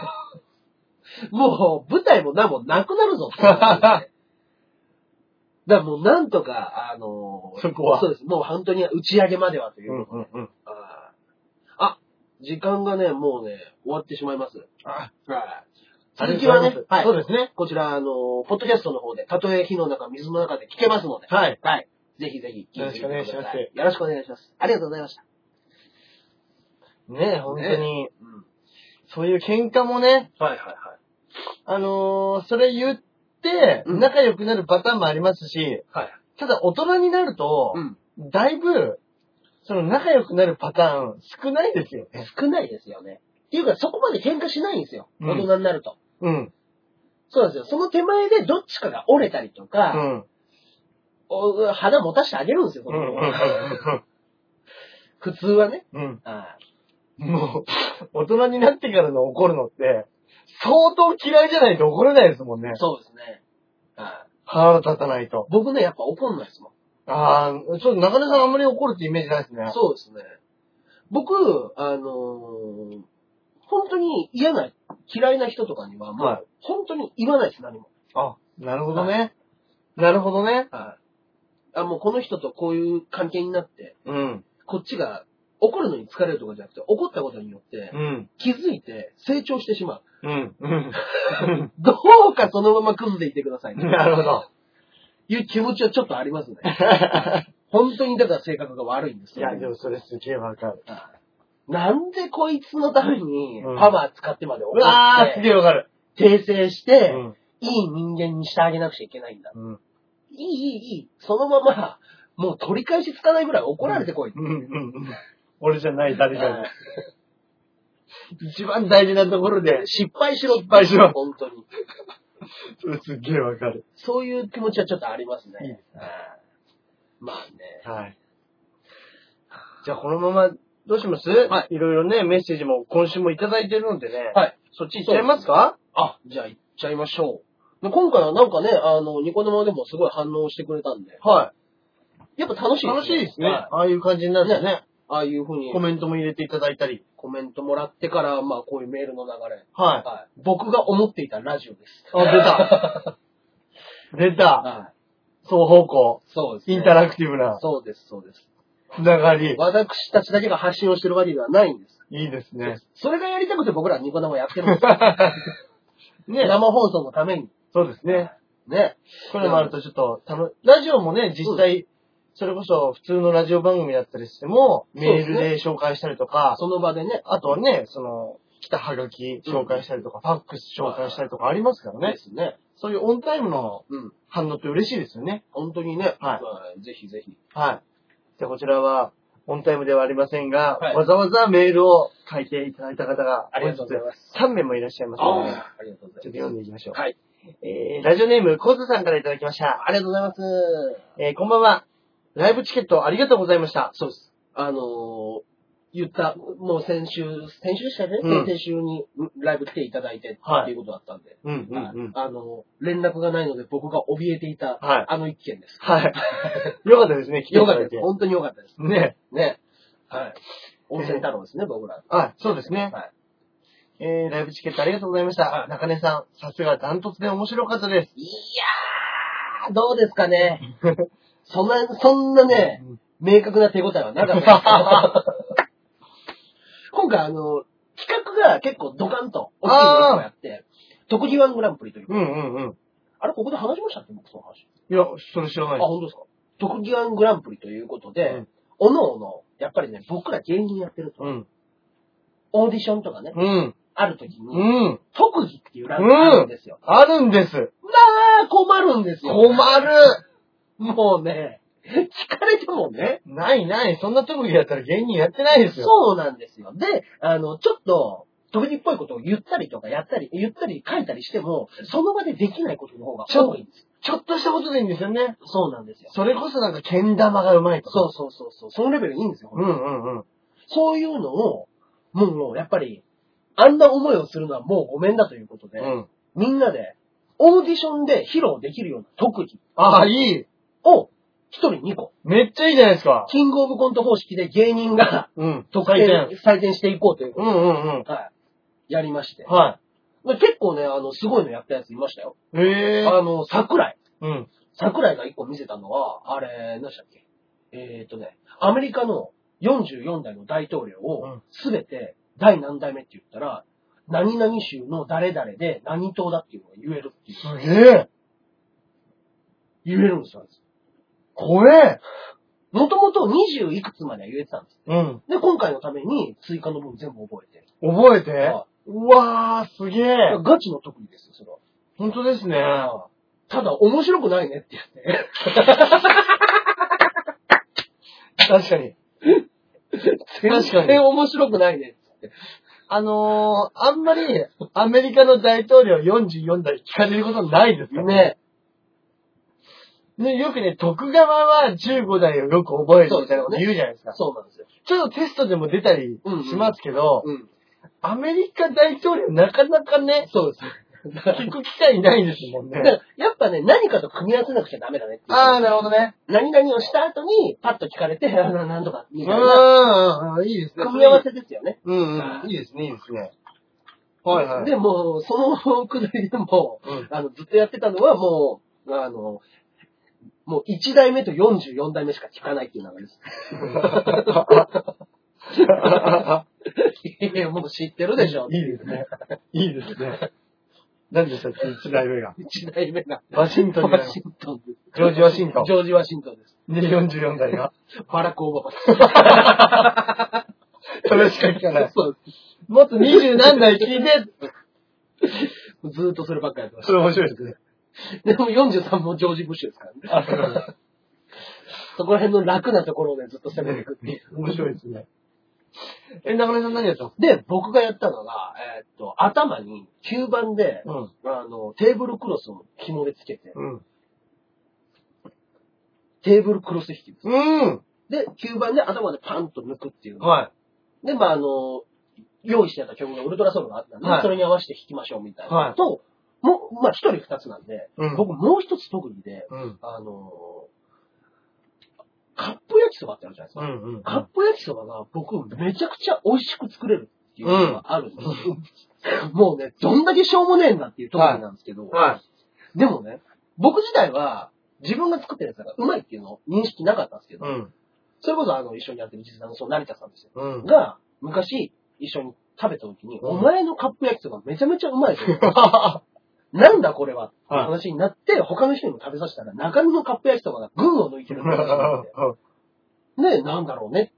S1: もう、舞台も何もなく なるぞって言うんですよねだからもう、なんとか、あのー
S2: そこは
S1: そうです。もう本当に打ち上げまではというう。
S2: ん、うん、うん。
S1: あーあ、時間がね、もうね、終わってしまいます。
S2: あ、
S1: はい。続きは
S2: あり
S1: ね
S2: がとうござい、ます
S1: はい。
S2: そうですね。
S1: こちら、あのーポッドキャストの方で、たとえ火の中、水の中で聞けますので、
S2: はい。
S1: はい。ぜひぜひ聞いてみてください。
S2: よろしくお願いします
S1: よろしくお願いします。ありがとうございました。
S2: ね本当に、
S1: うん。
S2: そういう喧嘩もね、
S1: はいはいは
S2: あのーそれ言って、
S1: うん
S2: 仲良くなるパターンもありますし、
S1: い。はい。
S2: ただ大人になると
S1: う、ん。
S2: だいぶ、その仲良くなるパターン少ないですよね。
S1: 少ないですよね。っていうか、そこまで喧嘩しないんですよ。
S2: うん
S1: 大人になると。
S2: うん。
S1: そうなんですよ。その手前でどっちかが折れたりと
S2: う
S1: か、
S2: ん。
S1: お肌持たしてあげるんですよ、
S2: う
S1: 子
S2: ん。う
S1: 供
S2: ん
S1: は普通はね。
S2: うん。
S1: あ
S2: うん。もう、大人になってからの怒るのって、相当嫌いじゃないと怒れないですもんね
S1: あ。そうですね。ああ
S2: 腹立たないと。
S1: 僕ね、やっぱ怒んないですもん。
S2: ああ、ちょっと中根さんあんまり怒るってイメージないですね。
S1: そうですね。僕、あのー本当に嫌な、嫌いな人とかには、も、
S2: はいう
S1: 本当に言わないです、何も。
S2: あ、なるほどね。なるほどね。
S1: あああ、もうこの人とこういう関係になって、
S2: うん。
S1: こっちが怒るのに疲れるとかじゃなくて、怒ったことによって、
S2: うん。
S1: 気づいて成長し てしまう。
S2: うん。うん。
S1: どうかそのままクズでいてください、ね。
S2: なるほど。
S1: いう気持ちはちょっとあります ね。本当にだから性格が悪いんです
S2: い
S1: よ、
S2: や、でもそれすげえわかる。
S1: なんでこいつのために
S2: うん
S1: パワー使ってまで怒
S2: うわー、
S1: っ
S2: す
S1: て、
S2: げえわかる。
S1: 訂正して、
S2: うん。
S1: いい人間にしてあげなくちゃいけないんだ。
S2: うん。
S1: いい、いい、いい。そのまま、もう取り返しつかないぐらい怒られてこい。
S2: うん。うん。俺じゃない、誰か
S1: はい
S2: 一番大事なところで、
S1: 失敗しろ。
S2: 失敗しろ
S1: 本当に。
S2: それすげえわかる。
S1: そういう気持ちはちょっとありますね。
S2: いいですね
S1: はいまあね。
S2: はい。じゃあ、このまま、どうします。
S1: はい
S2: いろいろね、メッセージも今週もいただいてるのでね。
S1: はい。
S2: そっち行っちゃいますか
S1: あ、じゃあ行っちゃいましょう。で今回はなんかね、あの、ニコ生でもすごい反応してくれたんで、
S2: は
S1: やっぱ楽しい
S2: 楽しいですね。
S1: は
S2: ああいう感じになるんですね。
S1: ああいうふうに
S2: コメントも入れていただいたり。
S1: コメントもらってから、まあこういうメールの流れ。
S2: はい。
S1: はい。僕が思っていたラジオです。
S2: あ、 出た。出た。
S1: はい。
S2: 双方向。
S1: そうです、
S2: インタラクティブな
S1: そうです、そうです。
S2: つながり。
S1: 私たちだけが発信をしてるわけではないんです。
S2: いいですね。
S1: それがやりたくて僕らニコ生やってるんです
S2: ね。
S1: 生放送のために。
S2: そうですね。。
S1: ね。
S2: これもあるとちょっと楽し、ラジオもね、実際、それこそ普通のラジオ番組だったりしても、
S1: そうで
S2: メ
S1: す
S2: ー
S1: ね
S2: ルで紹介したりとか、
S1: その場でね。
S2: あとはね、その、来たハガキ紹介したりとか、ファックス紹介したりとかありますから
S1: で
S2: ね。
S1: すね。
S2: そういうオンタイムの
S1: うん。
S2: 反応って嬉しいですよね。
S1: 本当にね。
S2: はい
S1: い。ぜひぜひ。
S2: はい。じゃあこちらは、オンタイムではありませんが、
S1: はい
S2: わざわざメールを書いていただいた方が、
S1: ありがとうございます。
S2: 3名もいらっしゃいますので、ちょっ
S1: ありがとうご
S2: と
S1: ざい
S2: 読ん
S1: ま
S2: でいきまし
S1: す。
S2: ょう。
S1: はい。
S2: えー、ラジオネーム、コズさんからいただきました。
S1: ありがとうございます。
S2: えーこんばんは。ライブチケットありがとうございました。
S1: そうです。あのー言った、もう先週、先週でしたね。
S2: うん
S1: 先々週にうんライブ来ていただいて
S2: はい
S1: っていうことだったんで。
S2: うん
S1: あのー連絡がないので僕が怯えていた、
S2: はい
S1: あの一件です。
S2: はい。よかったですね、来てい
S1: よ
S2: た
S1: か
S2: だ
S1: った
S2: い
S1: で
S2: て
S1: す。。本当によかったです。
S2: ね。
S1: ね。はい。温泉太郎ですね、僕ら。
S2: あ、そうですね。
S1: は
S2: えー、ライブチケットありがとうございました。
S1: はい
S2: 中根さん、さすがダントツで面白かったです。
S1: い。いやー、どうですかね。 そんな、そんなね、明確な手応えはなかった です。今回、あの、企画が結構ドカンと大きいものをやって、特技ワングランプリという。
S2: うんうんうん。
S1: あれ、ここで話しましたっけ僕その話。
S2: いや、それ知らな
S1: あ、
S2: いです。
S1: 本当ですか特技ワングランプリということで、
S2: うん
S1: おのおの、やっぱりね、僕ら芸人やってると、
S2: うん。
S1: オーディションとかね、
S2: うん。
S1: ある時に、
S2: うん。
S1: 特技っていうランクがあるんですよ。
S2: あるんです。
S1: まあ、困るんですよ。
S2: 困る
S1: もうね、 聞かれてもね、
S2: ないない、そんな特技やったら芸人やってないですよ。
S1: そうなんですよ。で、あの、ちょっと、独自っぽいことを言ったりとかやったり、言ったり書いたりしても、その場でできないことの方が多いんですよ。
S2: ちょっとしたことでいいんですよね。
S1: そうなんですよ。
S2: それこそなんか、けん玉がうまいとか。
S1: そうそうそうそう。そのレベルいいんですよ。
S2: うんうんうん。
S1: そういうのを、もうもうやっぱり、あんな思いをするのはもうごめんだということで、
S2: うん。
S1: みんなで、オーディションで披露できるような特技
S2: ああ、いい。
S1: を、一人2個、
S2: めっちゃいいじゃないですか。
S1: キングオブコント方式で芸 人が
S2: うん。
S1: 特
S2: 採
S1: 典
S2: 点。、
S1: 採点していこうというこ
S2: うんうんうん。
S1: とで、はい、やりまして。
S2: は
S1: まあ結構ね、あの、すごいのやったやついましたよ。
S2: い。へえ。
S1: あの、桜井。
S2: うん。
S1: 桜井が一個見せたのは、あれ、何でしたっけえー、っとね、アメリカの44代の大統領
S2: う
S1: を
S2: ん
S1: すべて第何代目って言ったら、何々州の誰々で何党だっていうのが言えるっていう。
S2: すげえ。
S1: 言えるんですよ。
S2: 怖え。
S1: もともと20いくつまでは言えてたんです。
S2: うん。
S1: で、今回のために追加の分全部覚えて。
S2: 覚えて。
S1: は
S2: うわー、すげえ。
S1: ガチの特技ですよ、それは。
S2: 本当ですね。
S1: ただ、面白くないねって言って、
S2: 確かに。確か
S1: 全
S2: に
S1: 然面白くないねって
S2: あのー、あんまり、アメリカの大統領44代聞かれることないですか
S1: 言
S2: ら
S1: って。ね。
S2: ね、よくね、徳川は15代をよく覚えるみたいなこと言うじゃないですか。
S1: そうなんですよ。
S2: ちょっとテストでも出たりしますけど、
S1: うん。
S2: アメリカ大統領なかなかね、
S1: そうです。
S2: 聞く機会ないですもん
S1: だか
S2: ね。
S1: らやっぱね、何かと組み合わせなくちゃダメだねってい う。
S2: ああ、なるほどね。
S1: 何々をした後に、パッと聞かれて、あななんとか、
S2: う
S1: みたいな。
S2: んうん、いいですね。
S1: 組み合わせですよね。
S2: うんうん、いいですね、いいですね。はいはい。
S1: で、もう、そのくだりでも、
S2: うん
S1: あの、ずっとやってたのは、もう、あの、もう1代目と44代目しか聞かないっていう流 れです。いやもう知ってるでしょ。
S2: いいですね。いいですね。何でしたっけ、一代目が。
S1: 1代目が。
S2: ワシントンじゃ
S1: ワ
S2: ない
S1: シントンです。
S2: ジョージ・ワシントン
S1: ジ。ョージ・ワシントンです。
S2: で、44代が。
S1: バラク・オバマです。
S2: それしか聞かない。
S1: そうで
S2: もっと二十何代聞いて、
S1: す ずーっとそればっかりやってまし
S2: それ面白いですね。
S1: た。でも43もジョージ・ブッシュですからね。
S2: あ、そうなんだ
S1: そこら辺の楽なところをね、ずっと攻めていくっていう。
S2: 面白いですね。え、中根さん何やったんです
S1: で、僕がやったのが、えーっと、頭に吸盤で、
S2: かうん。
S1: あの、テーブルクロスを紐でつけて、
S2: うん。
S1: テーブルクロス引きです。
S2: うん
S1: で、吸盤で頭でパンと抜くっていうの。
S2: は
S1: で、まあ、あの、用意してた曲がウルトラソウルがあったんで、
S2: はい
S1: それに合わせて弾きましょうみたいな。
S2: はい
S1: と、もう、まあ、一人二つなんで、
S2: い。うん。
S1: 僕もう一つ特技で、
S2: うん。
S1: あの、カップ焼きそばってあるじゃないです
S2: う
S1: か。
S2: ん。うん。
S1: カップ焼きそばが僕めちゃくちゃ美味しく作れるっていうのがあるんですよ。 もうね、どんだけしょうもねえんだっていう特技なんですけど、
S2: は
S1: でもね、僕自体は自分が作ってるやつがうまいっていうのを認識なかったんですけ
S2: い。
S1: ど、
S2: うん。
S1: それこそあの一緒にやってる実弾のその成田さんですよ。
S2: うん。
S1: が、昔一緒に食べた時に、
S2: うん
S1: お前のカップ焼きそばめちゃめちゃうまいぞ。なんだこれはって話になって、他の人にも食べさせたら中身のカップ焼きそばが群を抜いてるって話にな って、ね、なんだろうね。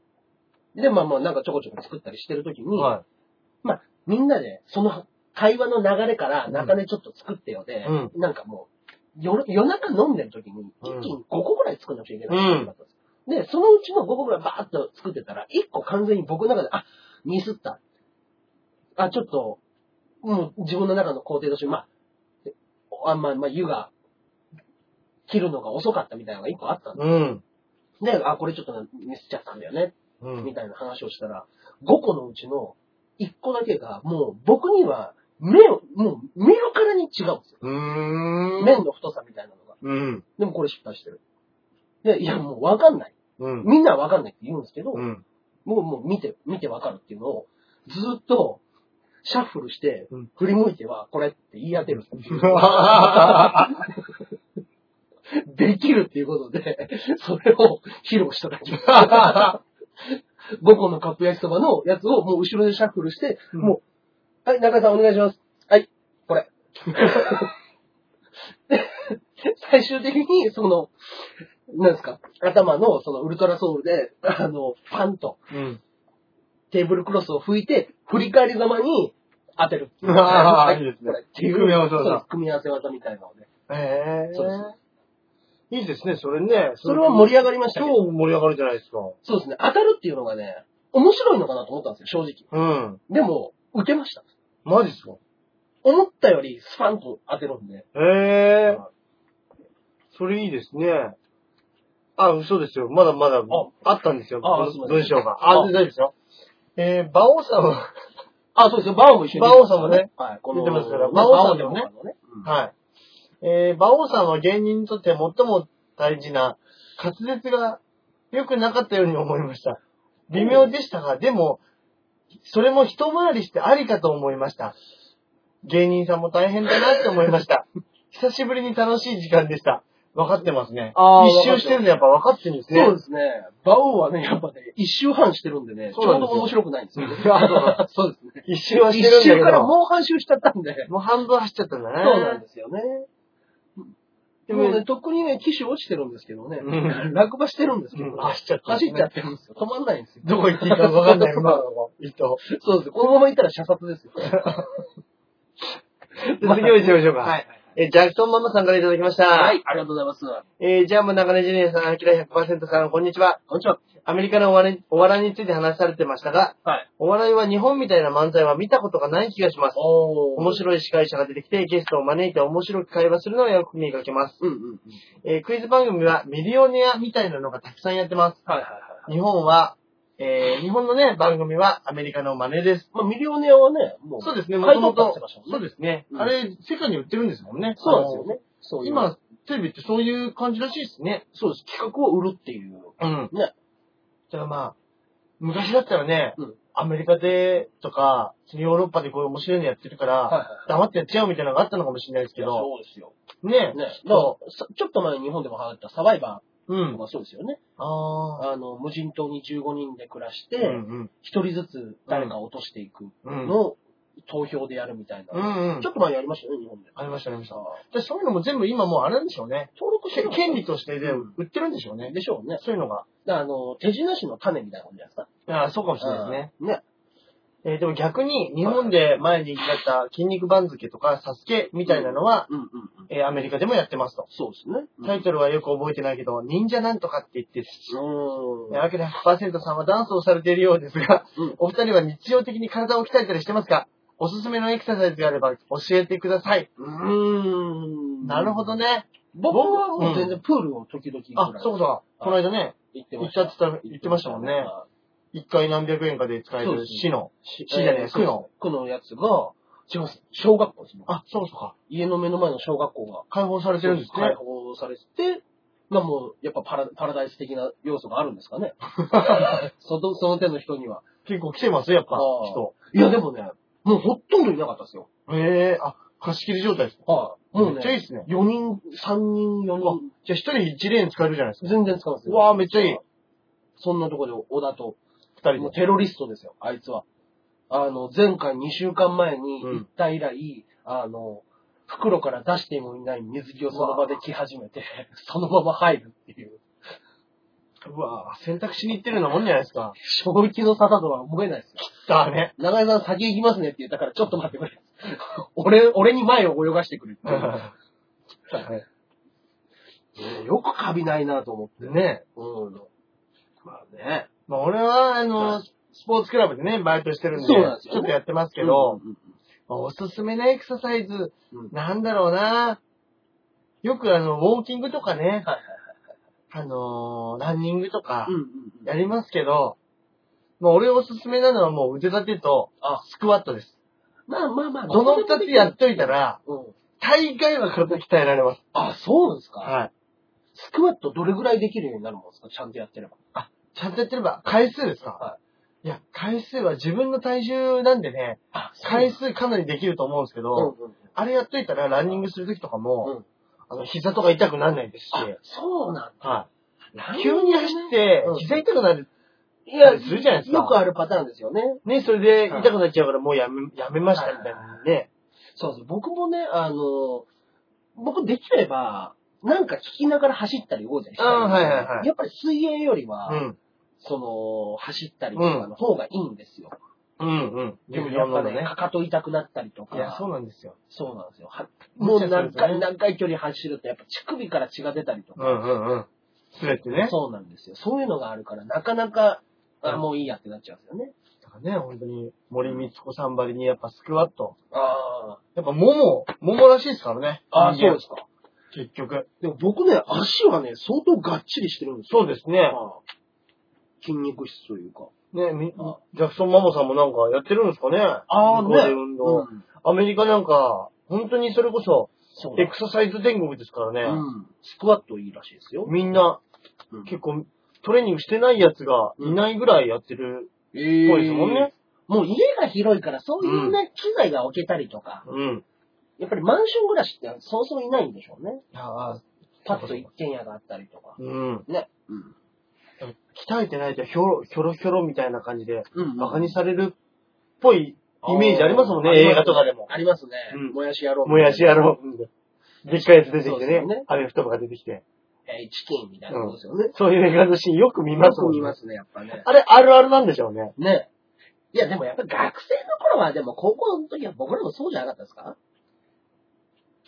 S1: で、まあまあなんかちょこちょこ作ったりしてる時に、
S2: は
S1: みんなで、その会話の流れから、
S2: うん
S1: 中根ちょっと作ってよで、
S2: うん
S1: なんかもう、夜夜中飲んでる時に、一気に5個ぐらい作んなくちゃいけないってことだったんです、で、そのうちの5個ぐらいバーッと作ってたら、1個完全に僕の中で、あ、ミスった。あ、ちょっと、もう自分の中の工程として、まあ、あまあ、まあ、湯が、切るのが遅かったみたいなのが1個あったん
S2: い。うん。
S1: で、であ、これちょっとミスっちゃったんだよね
S2: う
S1: み
S2: ん。
S1: たいな話をしたら、5個のうちの1個だけが、もう僕には目を、もう見るからに違うんですよ。
S2: うーん。
S1: 面の太さみたいなのが。
S2: うん。
S1: でもこれ失敗してる。で、いやもうわかんない。
S2: うん。
S1: みんなはわかんないって言うんですけど、
S2: うん。
S1: もうもう見て、見てわかるっていうのを、ずっと、シャッフルして
S2: うん、
S1: 振り向いては、これって言い 当てるっていう。できるっていうことで、それを披露しただけ。5個のカップ焼きそばのやつをもう後ろでシャッフルして、
S2: うん
S1: もう、はい、中井さんお願いします。はい、これ。で最終的に、その、なんですか、頭のそのウルトラソウルで、あの、パンと
S2: うん。
S1: テーブルクロスを拭いて、振り返りざまに当てる。
S2: ああ、
S1: はい
S2: いですね
S1: これ。っていう
S2: 組み合わせ技
S1: そうです組み合わせ技みたいなので。
S2: ええ
S1: そうです
S2: いいですね、それね。
S1: それは盛り上がりました
S2: 超
S1: けど、
S2: 盛り上がるじゃないですか。
S1: そうですね、当たるっていうのがね、面白いのかなと思ったんですよ、正直。
S2: うん。
S1: でも、受けました。
S2: マジっすか
S1: 思ったよりスパンと当てるんで。
S2: へえ
S1: は。
S2: それいいですね。あ、嘘ですよ。まだまだあったんですよ。こ
S1: あ
S2: の
S1: そうで
S2: 文
S1: す
S2: 章が。あ、
S1: あ
S2: 大丈夫ですよ。えー、馬王さんは、
S1: あ、そうですよ。バオも一緒に。
S2: バオさんもね。
S1: はい。こ
S2: 出てますから
S1: バ
S2: バオ
S1: オ
S2: さ
S1: さ
S2: ん
S1: ん
S2: も
S1: も
S2: ね
S1: ね。
S2: はい。えー、馬王さんは芸人にとって最も大事な滑舌が良くなかったように思いました。微妙でしたが、でも、それも一回りしてありかと思いました。芸人さんも大変だなって思いました。久しぶりに楽しい時間でした。分かってますね。
S1: あー
S2: 一周してるのやっぱ分かってるんですね。
S1: そうですね。バオはね、やっぱね、一周半してるんでね、ち
S2: そうな
S1: ょ
S2: んで
S1: うど
S2: すよ
S1: 面白くないんですよね
S2: あ。
S1: そうですね。
S2: 一周はして
S1: 一
S2: るんだけど。
S1: 周からもう半周しちゃったんで。
S2: もう半分走っちゃったんだね。
S1: そうなんですよね。
S2: で
S1: で
S2: も
S1: もね、とっくにね、機種落ちてるんですけどね
S2: う、
S1: 落馬してるんですけ
S2: う
S1: ど
S2: ん
S1: ね、
S2: 走っちゃったんですね、
S1: 走っちゃってるんですよ。止まんないんですよ。
S2: どこ行っていいか分かんない、今の糸。
S1: そうです。このまま行ったら射殺ですよ。
S2: じゃあ次を行きましょうか。
S1: はい。
S2: え、ジャクソンママさんからいただきました。
S1: はい、ありがとうございます。
S2: えージャム中根ジュニアさん、アキラ100%さん、こんにちは。
S1: こんにちは。
S2: アメリカのお笑いお笑いについて話されてましたが、
S1: はい。
S2: お笑いは日本みたいな漫才は見たことがない気がします。
S1: お
S2: 面
S1: い。
S2: 白い司会者が出てきて、ゲストを招いて面白く会話するのはよく見かけます。
S1: うんうんうん。
S2: えークイズ番組はミリオネアみたいなのがたくさんやってます。
S1: はいはいはい。
S2: 日本は、えー日本のね、番組はアメリカの真似です。
S1: まあ、ミリオネアはね、もう、
S2: そうですね、も
S1: 買い
S2: と
S1: 取
S2: も
S1: っ
S2: と
S1: たって言ってました。も
S2: そうん
S1: ね。
S2: ですね。
S1: うん
S2: あれ、世界に売ってるんですもんね。
S1: そうなんですよね。そ
S2: あの。
S1: ういう、
S2: 今、テレビってそういう感じらしいですね。
S1: そうです。企画を売るっていう。
S2: うん。
S1: ね。
S2: だからまあ、昔だったらね、
S1: うん
S2: アメリカでとか、ヨーロッパでこういう面白いのやってるから、
S1: はいはい。
S2: 黙ってやっちゃうみたいなのがあったのかもしれないですけ
S1: いや
S2: ど、
S1: そうですよ。
S2: ね
S1: ね。だから
S2: そ
S1: さちょっと前に日本でも流行ったサバイバ
S2: う。う
S1: ーと
S2: ん。
S1: かそうですよね。
S2: ああ。
S1: あの、無人島に15人で暮らして、
S2: うん
S1: 一人ずつ誰かを落としていく
S2: うん。うん。
S1: のを投票でやるみたいな。
S2: うんうん
S1: ちょっと前にありましたよね、日本で。
S2: ありましたありました
S1: あー
S2: でそういうのも全部今もうあれなんでしょうね。
S1: 登録してるのかな
S2: 権利としてで
S1: うん
S2: 売ってるんでしょうね。
S1: でしょうね。
S2: そういうのが。
S1: あの、手品師の種みたいなもんじゃないですか。
S2: ああ、そうかもしれないですね。
S1: うん。ね。
S2: えーでも逆に、日本で前にやった筋肉番付とか、サスケみたいなのは、
S1: うんうんうん。
S2: えーアメリカでもやってますと。
S1: そうですね。
S2: タイトルはよく覚えてないけど、忍者なんとかって言って、
S1: う
S2: えーアキラ100%さんはダンスをされているようですが
S1: うん、
S2: お二人は日常的に体を鍛えたりしてますかおすすめのエクササイズがあれば教えてください。
S1: ん。うーん。
S2: なるほど。ね。
S1: 僕はもう全然プールを時々
S2: あ、そうかそ
S1: う。
S2: うか。この間ね、
S1: 行って
S2: 行
S1: ま
S2: っ
S1: した
S2: っ
S1: た。
S2: て言った言ってましたもんね。一回何百円かで使え
S1: そう
S2: る
S1: ですね
S2: 市の。
S1: し
S2: 市じゃねえ
S1: えー
S2: 区の
S1: 区のやつが、違います。小学校ですね。
S2: あ、そうかそうか。
S1: 家の目の前の小学校が
S2: 解放されてるんですね
S1: 解。放されてて、まあもう、やっぱパラパラダイス的な要素があるんです かね。そのその手の人には。
S2: 結構来てますやっぱ、
S1: あー
S2: 人。
S1: いや、でもね、もうほとんどいなかったですよ。
S2: ええあ、貸し切り状態です。
S1: はい。もう
S2: めっちゃいい
S1: ね、
S2: ですね。
S1: 4人、3人、4人、
S2: じゃあ一人一レーン使えるじゃないですか。
S1: 全然使うんですよ。
S2: うわーめっちゃいい。
S1: そんなとこで、小田と。
S2: 二人で。
S1: もうテロリストですよ、あいつは。あの、前回2週間前に
S2: うん
S1: 行った以来、あの、袋から出してもいない水着をその場で着始めて、そのまま入るっていう。
S2: うわぁ、洗濯しに行ってるようなもんじゃないです か。
S1: 衝撃の差だとは思えないですよ。
S2: だね。
S1: 長井さん先行きますねって言ったから、ちょっと待ってくれ。 俺、俺に前を泳がしてく れっていうねよくカビないなと思って。
S2: ね
S1: うん。まあね。
S2: まあ俺は、あ
S1: は
S2: の、スポーツクラブでね、バイトしてるんで、
S1: そうなんで
S2: ち
S1: すよね
S2: ょっとやってますけ
S1: うん
S2: ど、
S1: うん
S2: まあおすすめなエクササイズ、
S1: うんうん
S2: なんだろうなよくあの、ウォーキングとかね、
S1: はい
S2: あのーランニングとか
S1: うんうんうん
S2: やりますけど、まあ俺おすすめなのはもう腕立てと
S1: あ
S2: スクワットです。
S1: まあまあまあ。
S2: どの二つやっといたら、
S1: うん。
S2: 大概は体鍛えられます。
S1: あ、そうなんですか。
S2: はい。
S1: スクワットどれぐらいできるようになるもんですかちゃんとやってれば。
S2: ちゃんとやってれば、回数ですか。
S1: はい
S2: や、回数は自分の体重なんでね、
S1: あ、
S2: 回数かなりできると思うんですけど、
S1: うんうんうん
S2: あれやっといたらランニングするときとかも、
S1: うん
S2: あの、膝とか痛くならないですし、
S1: あ、そうなん
S2: はい。急に走って
S1: うん、
S2: 膝痛くなる。
S1: いや、
S2: するじゃないですか
S1: よくあるパターンですよね。
S2: ね、それで
S1: はい
S2: 痛くなっちゃうからもうやめ、やめましたみたいなね。
S1: そうそう。僕もね、あの、僕できれば、なんか聞きながら走ったり動いたりしたい
S2: あ
S1: んですよ
S2: ーはいはいはい
S1: やっぱり水泳よりは、
S2: うん。
S1: その、走ったりとかの方がいいんですよ。
S2: うんうん。
S1: でもやっぱ
S2: ね
S1: ね、かかと痛くなったりとか。
S2: いや、そうなんですよ。
S1: そうなんですよ。は
S2: もう
S1: もう
S2: 何
S1: 何
S2: 回
S1: 回、何回距離走ると、やっぱ乳首から血が出たりと
S2: う
S1: か。
S2: んうんうん。すれてね。
S1: そうなんですよ。そういうのがあるから、なかなかあ、もういいやってなっちゃうんですよね。
S2: だからね、本当に、森光子さんばりにやっぱスクワット。
S1: あ
S2: やっぱ、もも、ももらしいですからね。
S1: あ、あそう
S2: 人間
S1: ですか。
S2: 結局。
S1: でも僕ね、足はね、相当がっちりしてるんですよ。
S2: そうですね。
S1: あー筋肉質というか。
S2: ね、み
S1: あ
S2: ジャクソンマモさんもなんかやってるんですかね。
S1: あー
S2: 向こうで
S1: ね
S2: 運
S1: う
S2: 動。
S1: ん。
S2: アメリカなんか、本当にそれこそ、
S1: そう
S2: エクササイズ天国ですからね。
S1: うん。スクワットいいらしいですよ。
S2: みんな
S1: うん、
S2: 結構、トレーニングしてないやつがいないぐらいやってる
S1: え
S2: っ
S1: え
S2: ぽいですもんね。
S1: もう家が広いから、そういうね、機材が置けたりとか、
S2: うん。
S1: やっぱりマンション暮らしってそうそういないんでしょうね。
S2: いやー
S1: パッと一軒家があったりとか。
S2: うん。
S1: ね。うん。
S2: 鍛えてないとひょろ、ひょろひょろみたいな感じで、
S1: うん
S2: 馬鹿にされるっぽいイメージありますもんね、映画とかでも。
S1: ありますね。
S2: うん
S1: もやし野郎。
S2: もやし野。郎。でっかいやつ出て
S1: そう
S2: きて
S1: ですよ
S2: ね
S1: ね。
S2: アメフトとか出てきて。
S1: えーチキンみたいなことですよね。
S2: そういう映画のシーンよく見ます
S1: よ
S2: も
S1: く
S2: ん
S1: 見
S2: ね
S1: ま。すね、やっぱね。
S2: あれ、あるあるなんでしょうね。
S1: ね。いや、でもやっぱり学生の頃は、でも高校の時は僕らもそうじゃなかったですか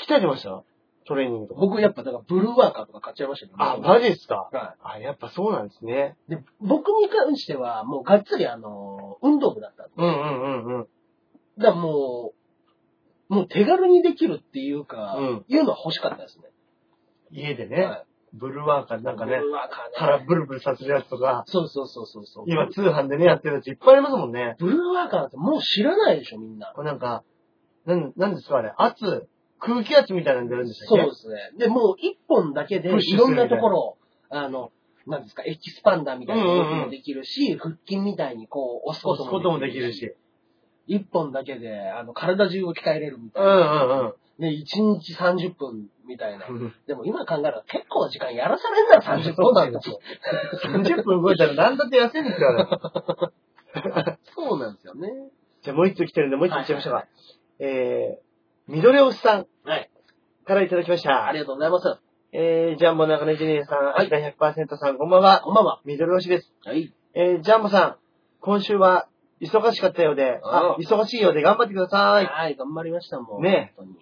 S2: 鍛えてましたトレーニングとか。
S1: 僕やっぱだからブルーワーカーとか買っちゃいましたけど、
S2: あ、マジっすか
S1: は
S2: あ、やっぱそうなんですね。
S1: い。で、僕に関しては、もうがっつりあの、運動部だったんで
S2: うんうんうんうん。
S1: だからもう、もう手軽にできるっていうか、
S2: うん
S1: いうのは欲しかったですね。
S2: 家でね、
S1: は
S2: ブルワーカー
S1: い
S2: なんかね
S1: ブ、ルーワーカーね
S2: 腹ブルブルさせるやつとか、
S1: そうそうそうそうそう。
S2: 今通販でね、やってるやついっぱいありますもんね。
S1: ブルーワーカーなんてもう知らないでしょ、みんな。
S2: これなんか、なん、なんですかあれ、圧、空気圧みたいなの出るんでしたっ
S1: そ
S2: け
S1: うですね。で、もう一本だけで、
S2: プッシ
S1: い
S2: ュす
S1: ろ
S2: る
S1: ん
S2: みたいな
S1: なところを、あの、なんですか、エキスパンダーみたいな動きもできるし、腹筋みたいにこう、押す
S2: そ
S1: こ
S2: う
S1: と
S2: そうこと
S1: も
S2: も
S1: で
S2: で
S1: き
S2: き
S1: る
S2: る
S1: し、
S2: し。
S1: 一本だけで、あの、体中を鍛えれるみた
S2: う
S1: い
S2: んう
S1: な。
S2: ん
S1: ね、一日30分みたいな。
S2: うん。
S1: でも今考えたら結構時間やらされるな、30分。
S2: そうなんですよ。30分動いたら何だって痩せるんですから。
S1: そうなんですよね。
S2: じゃあもう一つ来てるんで、もう一つ行っちゃいましょうか。えー、ミドレオスさん
S1: はい。
S2: からいただきました。
S1: ありがとうございます。
S2: えー、ジャンボ中根ジュニアさん、
S1: は
S2: ア
S1: い
S2: キラ100%さん、こんばんは。
S1: こんばんは。
S2: ミドル推しです。
S1: はい。
S2: えー、ジャンボさん、今週は忙しかったようで、あ
S1: あ、
S2: 忙しいようで頑張ってください。
S1: はい、頑張りましたもん。
S2: ね
S1: 本当に。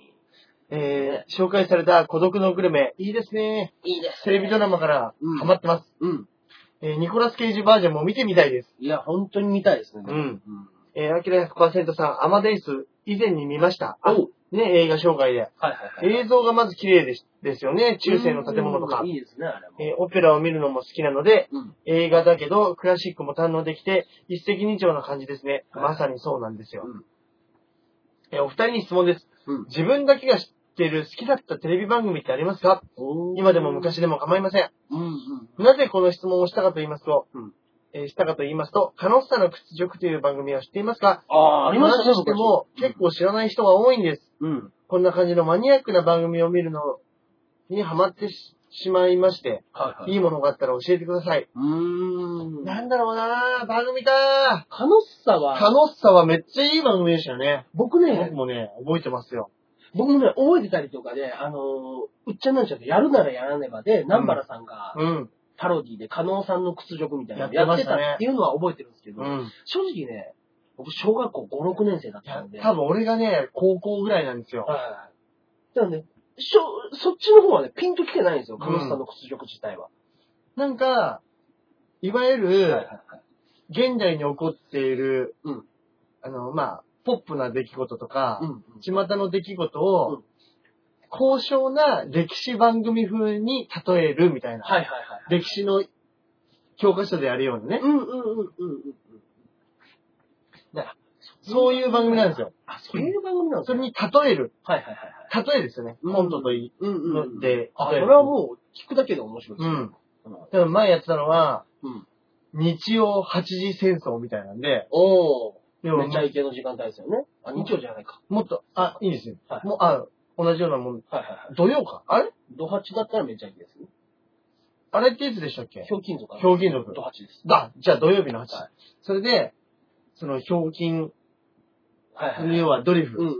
S2: えー、紹介された孤独のグルメ、いいですね。
S1: いいです、
S2: テレビドラマから
S1: うん
S2: ハマってます。
S1: うん。
S2: えー、ニコラス・ケイジバージョンも見てみたいです。
S1: いや、本当に見たいですね。
S2: うん。えー、アキラ100%さん、アマデイス、以前に見ました。
S1: お
S2: あ、
S1: う
S2: ね、映画紹介で。
S1: はいはいは
S2: 映
S1: い。
S2: 像がまず綺麗ですですよね。中世の建物とか
S1: うん。いいですね、あれも。
S2: えーオペラを見るのも好きなので、
S1: うん。
S2: 映画だけどクラシックも堪能できて、一石二鳥な感じですね。
S1: はい
S2: まさにそうなんですよ。
S1: うん
S2: えーお二人に質問です。
S1: うん
S2: 自分だけが知ってる好きだったテレビ番組ってありますか
S1: おー
S2: 今でも。昔でも構いません。
S1: うんうん。
S2: なぜこの質問をしたかと言いますと、
S1: うん
S2: えーしたかと言いますと、カノッサの屈辱という番組は知っていますか
S1: ああ、ありましたね、
S2: しても
S1: 昔
S2: 結。構知らない人が多いんです。
S1: うん。
S2: こんな感じのマニアックな番組を見るのにハマってししまいまして、
S1: はいはい。
S2: いいものがあったら教えてください。
S1: うーん。
S2: なんだろうなぁ、番組だ
S1: カノッサ
S2: ぁ。カ
S1: は、
S2: ノッサはめっちゃいい番組でしたよね。
S1: 僕
S2: 僕
S1: ね、
S2: もね、覚えてますよ。
S1: 僕もね、覚えてたりとかで、あのー、うっちゃなんちゃってやるならやらねばで、南原さんが、
S2: うん。
S1: パロディで、加納さんの屈辱みたいなの
S2: や
S1: や
S2: ってま
S1: っ
S2: してた
S1: た
S2: ね
S1: っていうのは覚えてるんですけど、
S2: うん。
S1: 正直ね、僕、小学校5、6年生だっ
S2: い
S1: た
S2: や
S1: ので、
S2: 多分俺がね、高校ぐらいなんですよ。
S1: はい。なので、しょそっちの方はね、ピンと来てないんですよ、加納さんの屈辱自体は。
S2: なんか、いわゆ
S1: はい
S2: る
S1: は、いはい
S2: 現代に起こっている、
S1: うん
S2: あの、まあ、ポップな出来事とか、
S1: うんうん
S2: 巷の出来事を、
S1: うん
S2: 高尚な歴史番組風に例えるみたいな。
S1: はいはいはい。
S2: 歴史の教科書でやるようなね。
S1: うんうんうんうんうんうん。
S2: そういう番組なんですよ。
S1: あ、そういう番組なんです
S2: そ
S1: か
S2: れに例える。
S1: はいはいはいはい。
S2: 例えですよね。
S1: うん
S2: コントといい。
S1: うんうんうん。
S2: で
S1: あ、そ
S2: 例えば
S1: れはもう聞くだけで面白いです
S2: う
S1: ね。
S2: ん。
S1: うん。
S2: でも前やってたのは、
S1: うん
S2: 日曜8時戦争みたいなんで、
S1: おー。
S2: でも
S1: めちゃイケの時間帯ですよね。あ、日曜じゃないか。
S2: もっと、あ、いいですよ。
S1: はい
S2: もう、あ、同じようなもん。
S1: はいはいはい。
S2: 土曜か。あれ
S1: ドハチだったらめちゃイケですね。
S2: あれっていつでしたっけ
S1: ひょうきん族か。
S2: ひょうきん族
S1: ドハチです。
S2: だ、じゃあ土曜日の8時。
S1: は
S2: それで、その、ひょうきん、
S1: はいはいはい。
S2: 要はドリ
S1: うん
S2: フ、
S1: うんうんうん。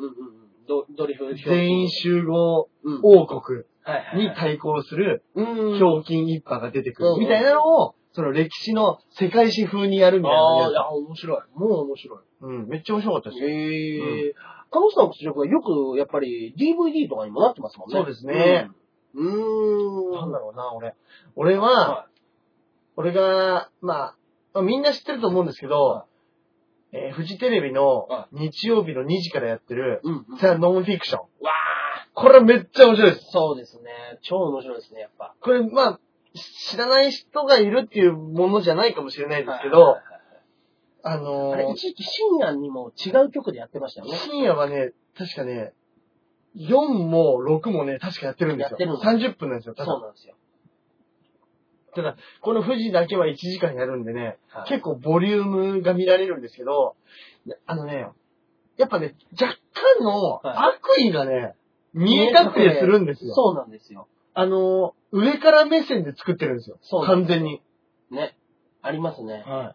S1: ドドリフ
S2: 全員集合
S1: うん
S2: 王国
S1: はいはい
S2: に対抗する、
S1: うん。
S2: ひょうきん一派が出てく
S1: う
S2: る。
S1: ん
S2: みたいなのを、その歴史の世界史風にやるみたいな
S1: ああ、
S2: の
S1: い
S2: や
S1: や、面白い。もう面白い。
S2: つうん、めっちゃ面白かったですよ。
S1: へえ。カノスさんの屈辱はよく、やっぱり DVD とかにもなってますもんね。
S2: そうですね。
S1: うん。うーん。
S2: なんだろうな、俺。俺は、
S1: は
S2: 俺が、まあ、まあみんな知ってると思うんですけど、えーフジテレビの
S1: は
S2: 日曜日の2時からやってる、
S1: うん、うん。
S2: ザ・ノンフィクション。
S1: わ
S2: これめっちゃ面白いです。
S1: ーそうですね。超面白いですね、やっぱ。
S2: これ、まあ、し知らない人がいるっていうものじゃないかもしれないですけ
S1: はいはい
S2: ど
S1: は、
S2: あの
S1: いはいあ
S2: ー
S1: れ、一時期深夜にも違う曲でやってましたよね。
S2: 深夜はね、確かね、4も6もね、確かやってるんですよ。
S1: やってるんです
S2: 30分なんですよ、
S1: そ
S2: た
S1: う
S2: だ。
S1: なんですよ。
S2: この富士だけは1時間やるんでね、
S1: はい
S2: 結構ボリュームが見られるんですけど、あのね、やっぱね、若干の
S1: は
S2: 悪意がね、見えたくてするんですよ。
S1: そうなんですよ。
S2: あのー、上から目線で作ってるんですよ。
S1: そうな
S2: 完
S1: んです
S2: 全に。
S1: ね。ありますね。
S2: は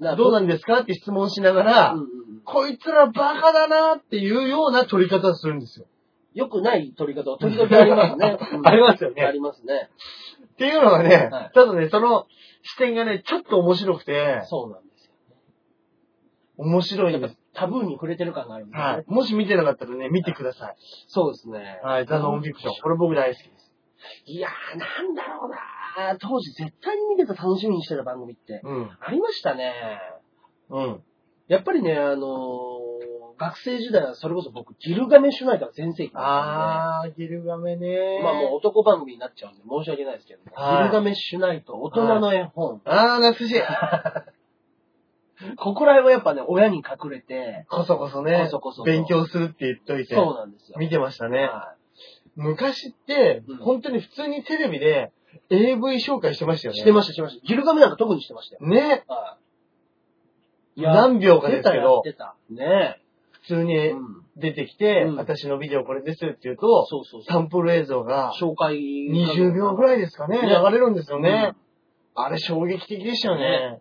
S2: い。どうなんですかって質問しながら、
S1: うんうんうん
S2: こいつらバカだなっていうような取り方をするんですよ。
S1: 良くない撮り方は時々あります ね。うん
S2: ありますよね
S1: ありますね。
S2: っていうのはね、
S1: はい
S2: ただね、その視点がね、ちょっと面白くて、
S1: そうなんですよね。
S2: 面白いん
S1: や
S2: で
S1: っ
S2: す
S1: ぱ。タブーに触れてる感があるんですね。
S2: はい。もし見てなかったらね、見てください。
S1: そうですね。
S2: はい。ザ・ノンフィクション。これ僕大好きです。
S1: いやー、なんだろうなー当時絶対に見てた楽しみにしてた番組って。
S2: うん。
S1: ありましたね。
S2: うん。
S1: やっぱりね、あのー学生時代はそれこそ僕、ギルガメッシュナイター全盛期だったん
S2: あー、ギルガメね
S1: で、まあもう男番組になっちゃうんで申し訳ないですけどね。
S2: はい
S1: ギルガメッシュナイト、大人の絵本。
S2: あー、懐かしい。
S1: ここら辺はやっぱね、親に隠れて、
S2: こそこそね、
S1: こそこそ
S2: 勉強するって言っといて、
S1: そうなんですよ。
S2: 見てましたね。
S1: は
S2: 昔って
S1: うん、
S2: 本当に普通にテレビで AV 紹介してましたよ
S1: い
S2: ね。
S1: してました、してました。ギルガメなんか特にしてましたよ。
S2: ね。
S1: はい。
S2: 何秒かで
S1: 出
S2: すけ
S1: たやっ
S2: ど、
S1: てた。ね
S2: 普通
S1: え。
S2: に
S1: うん。
S2: 出てきて、
S1: うん
S2: 私のビデオこれですって言うと、
S1: そうそうそ
S2: サンプル映像が
S1: う。紹介。
S2: 20秒ぐ
S1: い
S2: らいですかね、流
S1: ね
S2: れるんですよね。。あれ衝撃的でしたよね。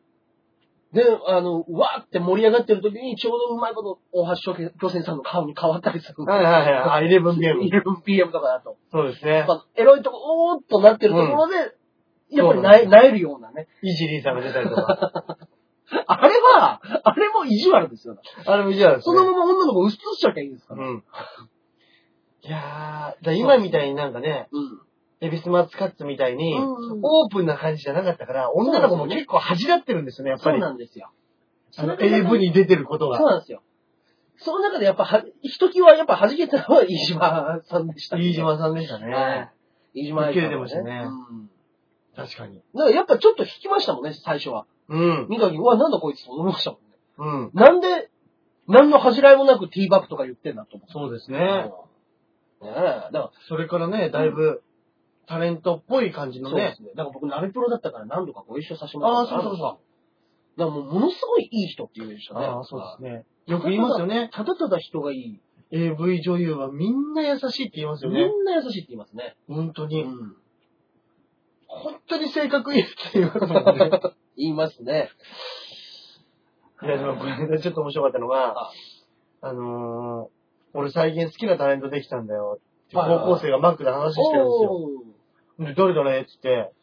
S1: で、あの、うわーって盛り上がってる時に、ちょうどうまいこと、大橋巨泉さんの顔に変わったりする。
S2: はいはいはい。あ、イレブンゲーム。
S1: 11PM とかだと。
S2: そうです
S1: や
S2: ね
S1: っ。ぱ、エロいとこ、おーっとなってるところで、やっぱりなえ、
S2: そう
S1: なえるよう なね。
S2: イジリーさんが出たりと か。
S1: あれは、あれも意地悪ですよ。
S2: あれもじゃあです
S1: そ
S2: ね。
S1: のまま女の子を映っちゃきゃいいですから。
S2: うん。いやー、だから今みたいになんかね、
S1: うん。
S2: エビスマーツカッツみたいに、
S1: うん
S2: オープンな感じじゃなかったから、女の子も結構恥じらってるんですよね、やっぱ
S1: そう
S2: り。
S1: なんですよ。
S2: あの AV に出てることが
S1: そう。なんですよ。その中でやっぱは、ひときわやっぱ弾けたのは飯島さんでした、
S2: 飯島さんでした
S1: は
S2: ね。
S1: い。飯島愛さんは
S2: 受け入れてましたね
S1: うん。
S2: 確かに。
S1: だからやっぱちょっと引きましたもんね、最初は。
S2: うん。
S1: 三上、うわ、なんだこいつと思いましたもんね。
S2: うん。
S1: なんで、何の恥じらいもなくティーバップとか言ってんだと思って。
S2: そうです
S1: う
S2: ね。
S1: んねえ。だから、
S2: それからね、だいぶ、タレントっぽい感じの
S1: そうで
S2: ね。
S1: すね。だから僕、ナベプロだったから何度かご一緒させてもら
S2: あ
S1: っ
S2: あ、
S1: た
S2: そうそうそ
S1: そう。だからもう、ものすごいいい人って言うでし
S2: う。
S1: ょね。
S2: ああ、そうですね。よく言いますよね。
S1: ただただ人がいい。
S2: AV 女優はみんな優しいって言います
S1: み
S2: よね。
S1: んな優しいって言いますね。
S2: 本当
S1: う
S2: に。
S1: ん。
S2: 本当に性格いいって言いますもんね。
S1: 言いますね。
S2: いや、でもこれ間ちょっと面白かったのが
S1: あ、
S2: あのー、俺最近好きなタレントできたんだよって。
S1: はいはい
S2: 高校生がマックで話してるんですよ。
S1: おー
S2: で、どれどれって言って、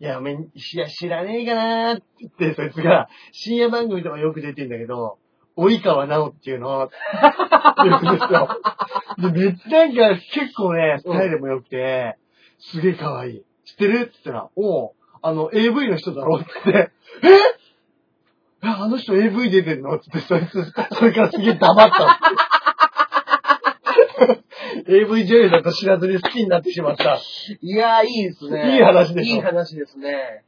S2: いや、めん、いや、知らねえかなーって言って、そいつが、深夜番組とかよく出てんだけど、及川直っていうの、って言うんですよ。で、めっちゃなんか、結構ね、スタイルも良くて、すげえ可愛い。知ってるって言ったら、おう、あの、AV の人だろって言って、ええあの人 AV 出てんのって言って、そいつ、それからすげえ黙ったの。AV 女優だと知らずに好きになってしまった。
S1: いやー、いいですね。
S2: いい話でしょ
S1: いい話ですね。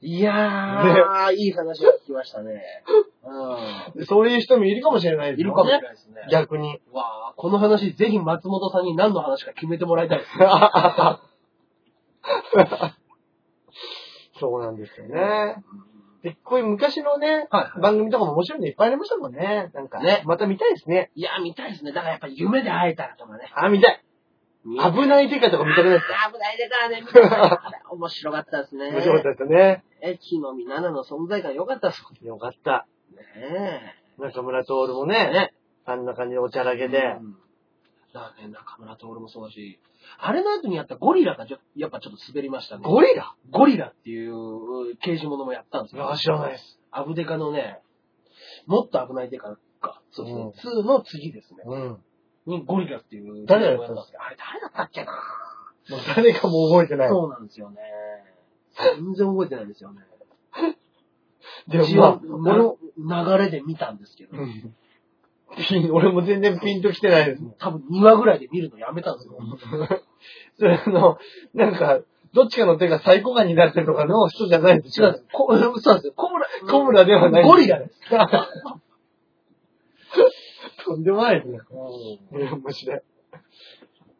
S1: いやー、いい話が聞きましたね。う
S2: そういう人もいるかもしれない
S1: ん。
S2: です
S1: い
S2: よね
S1: るかもしれないですね。
S2: 逆に。
S1: わあ、この話、ぜひ松本さんに何の話か決めてもらいたいですね。
S2: そうなんですよね。で、こういう昔のね、
S1: はいはい。
S2: 番組とかも面白いのいっぱいありましたもんね。なんか、
S1: ね
S2: また見たいですね。
S1: いや、見たいですね。だからやっぱり夢で会えたらとかね。
S2: あ、見たい。
S1: ない。
S2: 危ないデカとか見たくないですか
S1: 危ないでからね、見たいあれ面白かったですね。
S2: 面白かったですよね。
S1: え、木の実7の存在感良かったっす
S2: よかった。
S1: もんね。
S2: 中村徹もね、あんな感じでおちゃらけで。
S1: うんだからね、中村徹もそうだし、あれの後にやったゴリラがちょやっぱちょっと滑りましたね。
S2: ゴリラ
S1: ゴリラっていう刑事ものもやったんです
S2: い
S1: よ。
S2: や、知らないです。
S1: アブデカのね、もっと危ないデカか。そうですね。2の次ですね。
S2: うん。も
S1: にゴリラっていう。
S2: 誰がやったんです
S1: あれ誰だったっけな
S2: う誰かも覚えてない。
S1: そうなんですよね。全然覚えてないんですよね。
S2: で
S1: 一
S2: も
S1: 応、この流れで見たんですけど
S2: まあ、、ピン、 俺も全然ピンと来てないですもん。
S1: 多分2話ぐらいで見るのやめたんですよ。
S2: それあの、なんか、どっちかの手がサイコガンになってるとかの人じゃないです
S1: 違うんです。こ そうなんですよ。コブラ、
S2: コブラではない。
S1: ゴリラです。
S2: とんでもないですね。ね、面白い。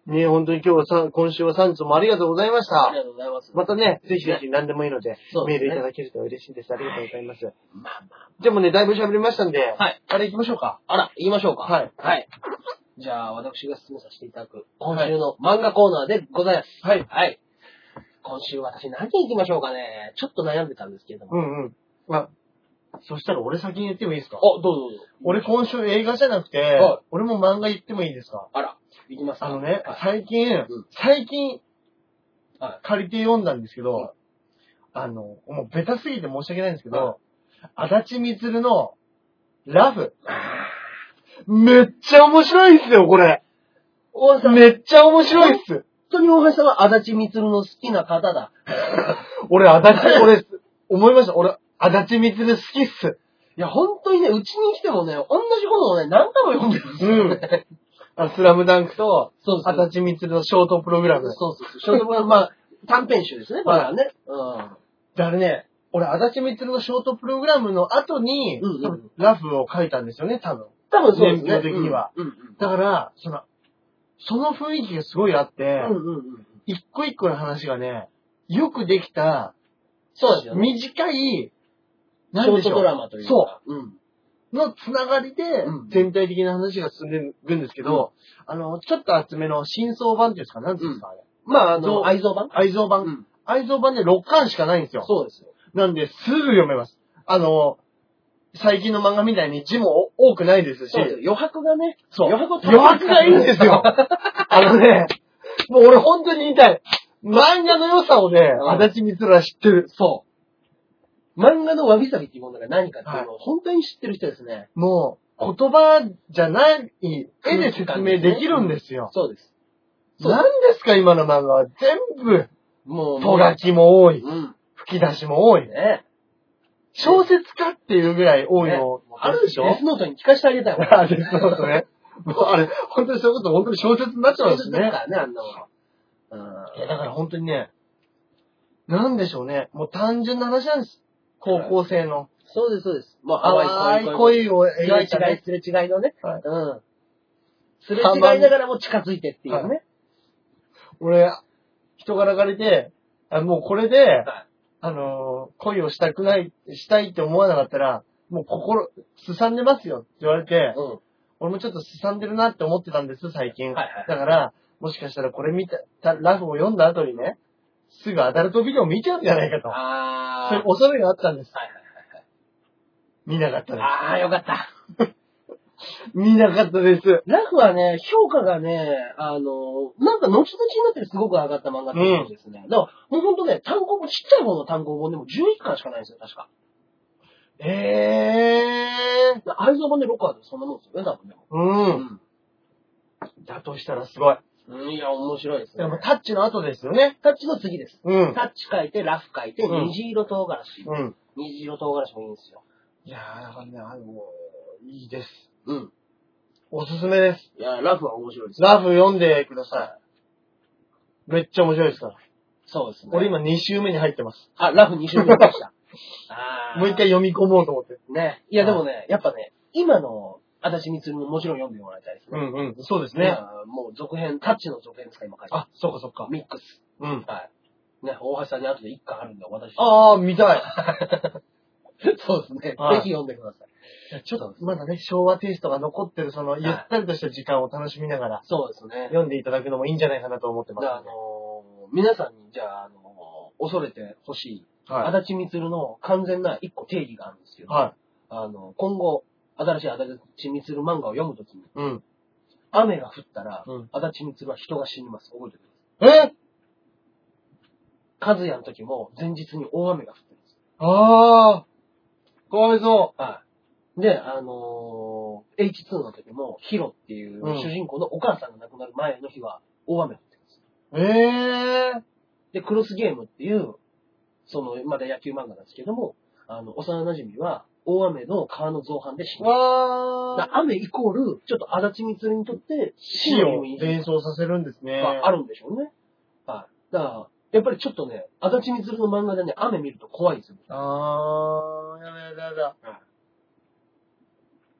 S2: ね、本当に今日はさ、今週は3日もありがとうございました
S1: あり。がとうございます。
S2: またね、ぜひぜひ何でもいいので、
S1: そう
S2: メー
S1: です
S2: ル
S1: ね
S2: いただけると嬉しいです。ありがとうございます。
S1: まあま
S2: でもね、だいぶ喋りましたんで、
S1: あ。はい。
S2: あれ行きましょうか。
S1: あら、言いましょうか。
S2: はい。
S1: はい。じゃあ、私が進めさせていただく、今週の漫画コーナーでございます。
S2: はい。
S1: はい。今週私何行きましょうかね。ちょっと悩んでたんですけれど
S2: う
S1: も。
S2: んうん。まあ、そしたら俺先に言ってもいいですか
S1: お、どうぞどうぞ。
S2: 俺今週映画じゃなくて、
S1: はい
S2: 俺も漫画言ってもいいですか
S1: あら、行きますか
S2: あのね
S1: は、い
S2: 最近、
S1: ん
S2: 最近、
S1: は
S2: 借りて読んだんですけど、
S1: はい
S2: あの、もうベタすぎて申し訳ないんですけど、
S1: は
S2: 足立みつるの、ラブ。めっちゃ面白いっすよ、これ。
S1: 大橋さん、本
S2: めっちゃ面白いっす。
S1: 当に大橋さんは足立みつるの好きな方だ。
S2: 俺、足立、俺、思いました。俺、足立みつる好きっす。
S1: いや、本当にね、うちに来てもね、同じことをね、何回も読んでるんですよ、ね。
S2: あスラムダンクと、
S1: そうそう。
S2: 足立みつるのショートプログラム。
S1: そうそうそう。ショートブランまあ、短編集ですね、これはね。
S2: で、あれね、俺、足立みつるのショートプログラムの後に、
S1: うんうん
S2: 多分ラフを書いたんですよね、多分。
S1: 多分そうですね。
S2: 年表的には
S1: うん。うん
S2: だから、その、その雰囲気がすごいあって、
S1: うんうんうんうん。
S2: 一個一個の話がね、よくできた、
S1: そうですよね。
S2: 短い、
S1: シ
S2: なん
S1: ョ
S2: で
S1: ー
S2: し
S1: ト
S2: ょ
S1: ドラ
S2: う、
S1: マというか。
S2: そ
S1: うん。
S2: のつながりで
S1: うん、
S2: 全体的な話が進んでいくんですけど、あの、ちょっと厚めの真相版っていうんですか、なんていうんですか、あれ。
S1: まあ、あ
S2: そう
S1: の、愛蔵版
S2: 愛蔵版。
S1: うん。
S2: 愛蔵版で6巻しかないんですよ。
S1: そうですよ。
S2: なんで、すぐ読めます。あの、最近の漫画みたいに字も多くないですし、
S1: そうですよ。余白がね。
S2: そう
S1: 余白をたっぷ
S2: 余白
S1: り
S2: がいいんですよ。 あのね、もう俺本当に言いたい。漫画の良さをね、
S1: うん
S2: 足立みつら知ってる。
S1: そう。漫画のわびさびっていうものが何かっていうのを本当に知ってる人ですね。
S2: もう、言葉じゃない、絵で説明できるんですよ。
S1: そうです。そう
S2: 何ですか、今の漫画は。全部、
S1: もう、
S2: とがきも多い。
S1: うん。
S2: 吹き出しも多い。
S1: ね
S2: 小説家っていうぐらい多い
S1: ね
S2: の。
S1: あるでしょデスノートに聞か せてあげたよ。
S2: あれ、そうですね。もうあれ、本当にそういうこと、本当に小説になっちゃうんです
S1: だ
S2: ね。
S1: からね、あんなもの。
S2: いや、だから本当にね、なんでしょうね。もう単純な話なんです。高校生の。
S1: そうです、そうです。ま
S2: 淡い恋を
S1: すれ
S2: 描いた
S1: 違い、
S2: ね。
S1: すれ違いのね。
S2: はい
S1: うん。すれ違いながらも近づいてっていうね。
S2: 俺、人柄借りて、あもうこれで、あのー恋をしたくない、したいって思わなかったら、もう心、すさんでますよって言われて、
S1: うん。は
S2: 俺もちょっとすさんでるなって思ってたんです、最近。
S1: いはい。
S2: だから、もしかしたらこれ見た、たラフを読んだ後にね、すぐアダルトビデオ見ちゃうんじゃないかと。
S1: あー。
S2: そういう恐れがあったんです。
S1: はい
S2: 見なかったで
S1: あー、よかった。
S2: す。見なかったです。
S1: ラフはね、評価がね、あの、なんか後々になってすごく上がった漫画っていうことですね。だから、もうほんとね、単行本、ちっちゃい方の単行本でも11巻しかないんですよ、確か。
S2: えー。
S1: 愛蔵版で6巻でそんなもんですよね、多分でも。
S2: うん。だとしたらすごい。
S1: うん。いや、面白いです
S2: で
S1: ね。
S2: もタッチの後ですよね。
S1: タッチの次です。
S2: うん。
S1: タッチ書いて、ラフ書いて、
S2: うん
S1: 虹色唐辛子。
S2: うん。
S1: 虹色唐辛子もいいんですよ。
S2: いやー、だからね、あのいいです。
S1: うん。
S2: おすすめです。
S1: いや、ラフは面白いです。
S2: ラフ読んでください。めっちゃ面白いですから。
S1: そうですね。
S2: 俺、今2週目に入ってます。
S1: あ、ラフ2週目で した。あー
S2: もう一回。読み込もうと思って。
S1: ね。いや、でもね、やっぱね、今の、私につるももちろん読んでもらいたいです
S2: う
S1: ね。
S2: んうん。そうです
S1: ね
S2: ね。。
S1: もう続編、タッチの続編ですか、今書いて。
S2: あ、そうかそうか。
S1: ミックス。
S2: うん。
S1: はい。ね、大橋さんに後で1巻あるんで、私。
S2: あー、見たい。
S1: そうですね。ぜ
S2: はい
S1: ひ読んでください。
S2: ちょっと、まだね、昭和テイストが残ってる、その、
S1: い
S2: ゆったりとした時間を楽しみながら、
S1: そうですね。
S2: 読んでいただくのもいいんじゃないかなと思ってま
S1: じ
S2: す
S1: ゃあ、あ
S2: んで。
S1: のー皆さんに、じゃあ、あのー恐れてほしい、
S2: はい。
S1: 足立みつるの完全な一個定義があるんですけど、
S2: はい。
S1: あの、今後、新しい足立みつる漫画を読むときに、
S2: うん。
S1: 雨が降ったら、
S2: うん
S1: 足立みつるは人が死にます。覚えてくだ
S2: え
S1: さい。和也の時も、前日に大雨が降ってるんです。
S2: あー、かわいそ
S1: はい。で、あのー H2 の時も、ヒロっていう
S2: うん
S1: 主人公のお母さんが亡くなる前の日は、大雨が降ってるんです。
S2: う。えー。
S1: で、クロスゲームっていう、その、まだ野球漫画なんですけども、あの、幼馴染は、大雨の川の造反で死ぬ。だ
S2: わー。
S1: 雨イコール、ちょっと足立みつるにとって死
S2: 死
S1: の
S2: を
S1: 意味
S2: 連想させるんですね。
S1: があるんでしょうね。はい。だから、やっぱりちょっとね、足立みつるの漫画でね、雨見ると怖いんですよ。
S2: あー、やだやだやだ。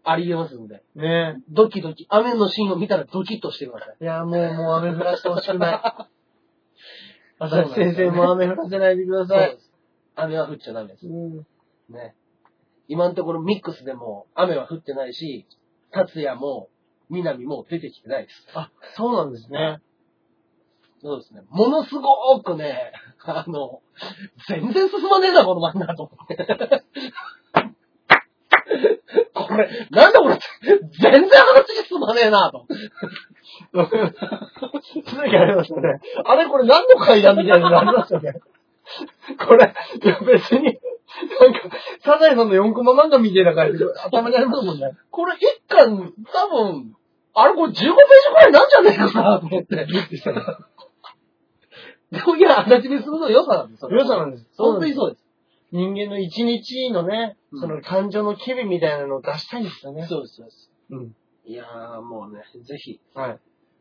S1: ありえますんで。
S2: ね
S1: ドキドキ、雨のシーンを見たらドキッとしてください。
S2: え。いや、もう、もう雨降らしてほし くない。
S1: そうなん
S2: 私
S1: ですよね
S2: 先生も雨降らせないでくだ
S1: そ
S2: さ
S1: う
S2: い。
S1: です。雨は降っちゃダメです。
S2: うん。
S1: ね。今のところミックスでも雨は降ってないし、達也も南も出てきてないです。
S2: そうなんですね。
S1: そうですね。ものすごくね、 あの、全然進まねえな、この漫画と思って。 これ、なんだこれ、全然話進まねえな、と。
S2: 続きありますよね。あれこれ何の階段みたいなのありますよね。これ、いや別に、なんか、サザエさんの4コマ漫画みたいな感じで頭にありますもんね。
S1: これ一巻、多分、あれこれ15ページくらいなんじゃねえかな、と思って。でもいや、足立にするの良さなんですよ。
S2: 良さなんです。
S1: 本当に
S2: う。
S1: そうで
S2: 人間の一日のね、
S1: うん
S2: その感情の機微みたいなのを出したいんですよね
S1: す。。そうです、そうです。
S2: うん。
S1: いやー、もうね、ぜひ、
S2: はい。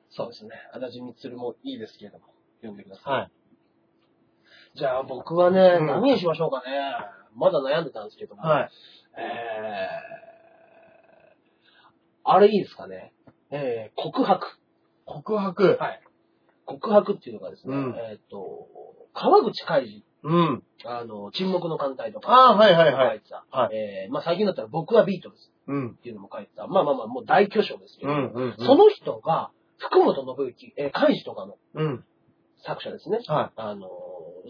S1: そうですね、足立みつるもいいですけれども、読んでください。
S2: はい。
S1: じゃあ僕はね、
S2: うん
S1: 何にしましょうかね。まだ悩んでたんですけども、
S2: はい。
S1: えー、あれいいですかね。えー、告白。
S2: 告白。
S1: はい。告白っていうのがですね、
S2: うん
S1: えっ、と、川口海二、
S2: うん。
S1: あの、沈黙の艦隊とか、
S2: ああ、はいはいは
S1: 書
S2: い。
S1: いてた。
S2: は
S1: えー、まあ最近だったら僕はビートルズ
S2: うん。
S1: っていうのも書いてた。まあまあまあ、もう大巨匠ですけ
S2: う
S1: ど、
S2: ん。うん。
S1: その人が、福本信之、えー、海二とかの
S2: うん。
S1: 作者ですね。
S2: は
S1: あのー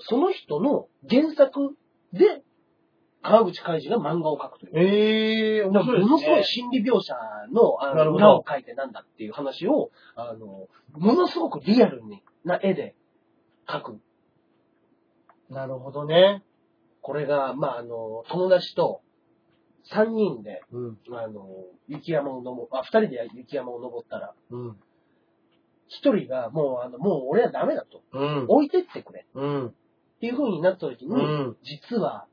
S1: その人の原作で、川口海二が漫画を描くという。
S2: い。ええー、
S1: も
S2: 面白いですね。
S1: のすごい心理描写のあ
S2: なるほ
S1: の
S2: ど
S1: 裏を描いてなんだっていう話を、あの、ものすごくリアルにな絵で描く。
S2: なるほどね。
S1: これが、まあ、あの、友達と3人で、
S2: うん。
S1: あの、雪山を登、あ、2人で雪山を登ったら、
S2: うん。
S1: 1人がもう、あの、もう俺はダメだと。
S2: うん。
S1: 置いてってくれ。
S2: うん。
S1: っていう風になった時に、
S2: うん。
S1: 実は、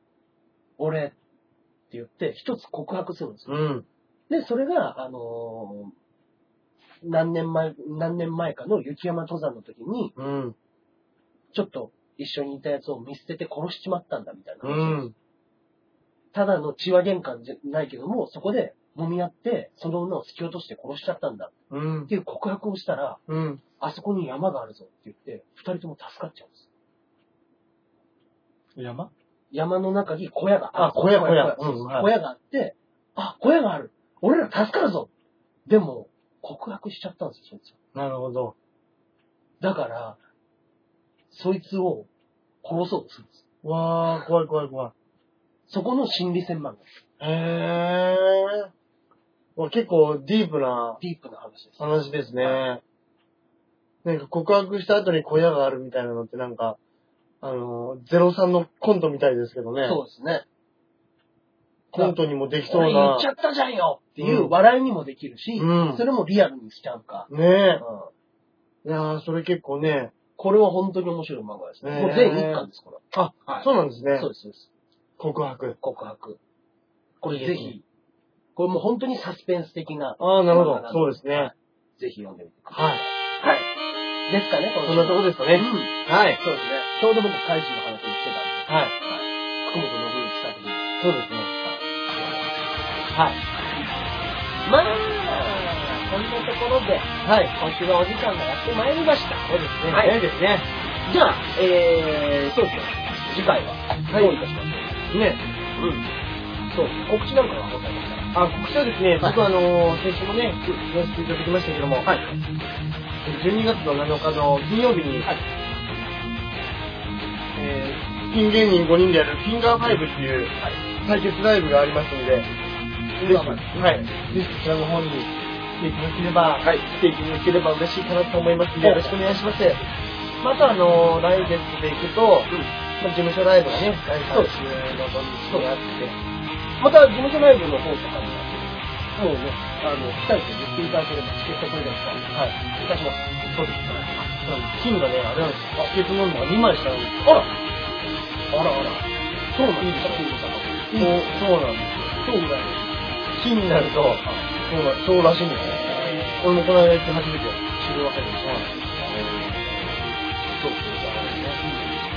S1: 俺って言って、一つ告白するんですよ。
S2: うん。
S1: で、それが、あのー何年前、何年前かの雪山登山の時に、
S2: うん。
S1: ちょっと一緒にいたやつを見捨てて殺しちまったんだ、みたいな
S2: う
S1: 話、
S2: ん。
S1: ただの血は玄関じゃないけども、そこで揉み合って、その女を突き落として殺しちゃったんだ、
S2: うん
S1: っ。ていう告白をしたら、
S2: うん。
S1: あそこに山があるぞって言って、二人とも助かっちゃうんです。
S2: 山
S1: 山の中に小屋があ
S2: あ、
S1: る
S2: 小屋小屋。
S1: そうそう
S2: うんはい
S1: 小屋があって、あ、小屋がある。俺ら助かるぞ。でも、告白しちゃったんですよ、そいつは。
S2: なるほど。
S1: だから、そいつを殺そうとするんです。
S2: わー、怖い怖い怖い。
S1: そこの心理戦漫画。
S2: へえ。ー。結構ディープな
S1: ディープな話です。
S2: 話ですね。なんか告白した後に小屋があるみたいなのってなんか、あの、ゼロさんのコントみたいですけどね。
S1: そうですね。
S2: コントにもできそう
S1: 俺言
S2: な
S1: っち。ゃったじゃんよっていううん笑いにもできるし、
S2: うん
S1: それもリアルにしちゃうか。う
S2: ね
S1: ん
S2: え。いやー、それ結構ね。
S1: これは本当に面白い漫画ですね。
S2: ね
S1: もう全1巻です、これ。
S2: あ、
S1: はい
S2: そうなんですね
S1: そう。です、そうです。
S2: 告白。
S1: 告白。これ
S2: いい
S1: ぜ
S2: ですね
S1: ひ、これもう本当にサスペンス的な、
S2: ああ、なる
S1: そう
S2: ほど。
S1: なんだ
S2: そうですね。
S1: ぜひ読んでみてください。
S2: はい。
S1: はい。ですかね、この
S2: そんなとこですかね。
S1: うん。
S2: はい。
S1: そうですね。ちょうど僕、怪獣の話もしてたんで、
S2: はい。
S1: 福本信之作品。
S2: そうですね。
S1: はい。まあ、こんなところで、
S2: はい。
S1: 今週はお時間がやってまいりました。
S2: そうですね。
S1: はい
S2: 早いですね。
S1: じゃあ、えー、そうですね。次回は、どういたしましょ
S2: ね。
S1: う。うん。そうですね。告知なんかがございまし
S2: あ、
S1: たら。
S2: 告知はですね、
S1: はい
S2: 僕はあのー、先週もね、言わせていただきましたけども、
S1: はい。
S2: 12月の7日の金曜日に、
S1: はい
S2: えー、ピン芸人5人でやるフィンガーファイブっていう
S1: はい。
S2: 対決ライブがありますので、ぜひ、
S1: フィンガ
S2: は
S1: ーファイ
S2: い、ぜひこちらの方に来ていただければ、
S1: はい
S2: 来ていただければ嬉しいかなと思いますので、
S1: は
S2: よろし
S1: い
S2: くお願いします。またあのー、来月でいくと、
S1: うん。
S2: まあ、事務所ライブがね、来週の
S1: そうで
S2: 土
S1: す
S2: 日にあって、
S1: また、事務所ライブの方とかも、もうね、あの、来たいと言っていただければ、チケットプレゼントい
S2: はい。
S1: たします。そうです。
S2: 金がね、あれなんですよ。バスケット飲むのが2枚しかないんですよ
S1: あらあらあら。そうなんですか
S2: そう
S1: いいです
S2: そうなんですよ。
S1: そうぐらいです。
S2: 金になると、そうな、そうらしいんですよ。俺もこの間行って初めて知るわけでしょ。
S1: そうですね。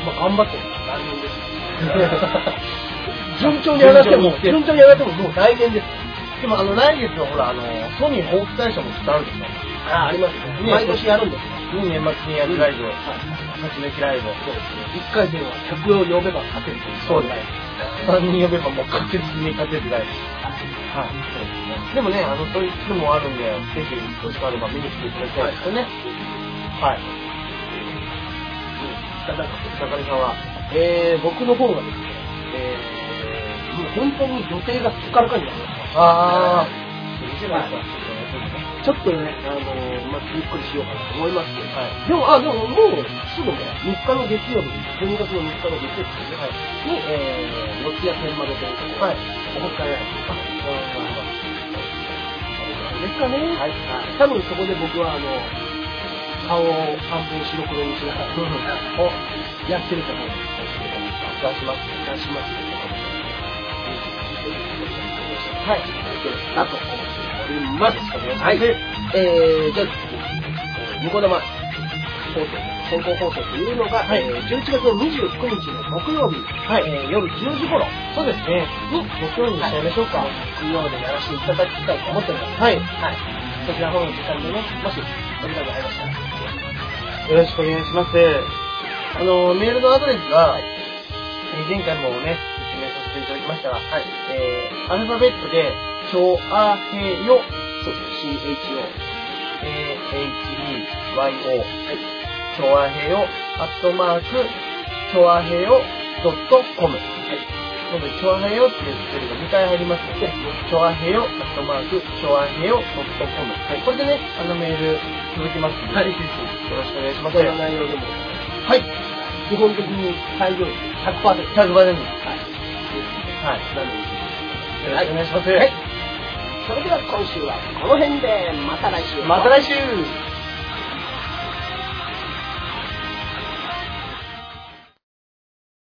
S1: まあ、頑張って、来年です。順調に上がっても、順調に上がっても、もう来年です。
S2: でもあの来月はほら、あの、ソニーホーク大賞もきっとあるでしょ。
S1: あ、ありますね。毎年やるんです。
S2: いい年末にやるライブ、初めきライブ。
S1: そうですね。一回戦は客を呼べば勝てるという。
S2: そうです。3人呼べばもう確実に勝てるライブ。はい。そうですね。でもね、あの、そういう機もあるんで、ぜひ、少しあれば見に来ていただきたいですよね。はい。
S1: だから
S2: 中根さんは、
S1: えー、僕の方がですね、えー、もう本当に予定がすっからかになりました。
S2: あ
S1: ちょっとね、あのー、まずゆっくりしようかなと思いますけど、
S2: は
S1: でも、あ、でももうすぐね、3日の月曜日、12月の3日の月曜日ですね、に、えー、四谷天窓というところ、
S2: はい
S1: お北海道ですかね、
S2: はい
S1: 多分そこで僕は、あの、顔を半分白黒にしながら、をやってると思うんですけど、
S2: 出します。
S1: 出しますね。
S2: はい。
S1: だと思っております。はい。
S2: で
S1: えー、じゃあ、えーニコ生放送、先行放送というのが、
S2: はい
S1: えー11月の29日の木曜日、
S2: はい
S1: えー夜10時頃
S2: そうですね。
S1: に、
S2: 木曜にしちゃいましょうか。
S1: 木曜でやらせていただきたいと思っております。
S2: はい。よ
S1: はい。そちらの方の時間でね、もし、お時間がありましたら、
S2: ろしくお願いします。あの、メールのアドレスが、えー前回もね、説明させていただきましたが、
S1: はい。
S2: えーアルファベットで、ちょあへよ、
S1: そうですね、CHO。
S2: A-H-E-Y-O、
S1: はい。
S2: ちょあへよ、アットマーク、ちょあへよ、ドットコム。今度、ちょあへよっていうスペルが2回入りますので、ちょあへよ、アットマーク、ちょあへよ、ドットコム。
S1: はい
S2: これでね、あのメール続きますので、
S1: はい
S2: ぜひぜひよろしくお願いし
S1: ま
S2: ま
S1: た
S2: す。
S1: の内容でも、
S2: はい。
S1: 基本的に採用率100%。
S2: 100番です。
S1: は
S2: は
S1: い。
S2: い。
S1: なので
S2: よろしくお願いします。
S1: はいそれでは今週はこの辺で、また来週。
S2: また来週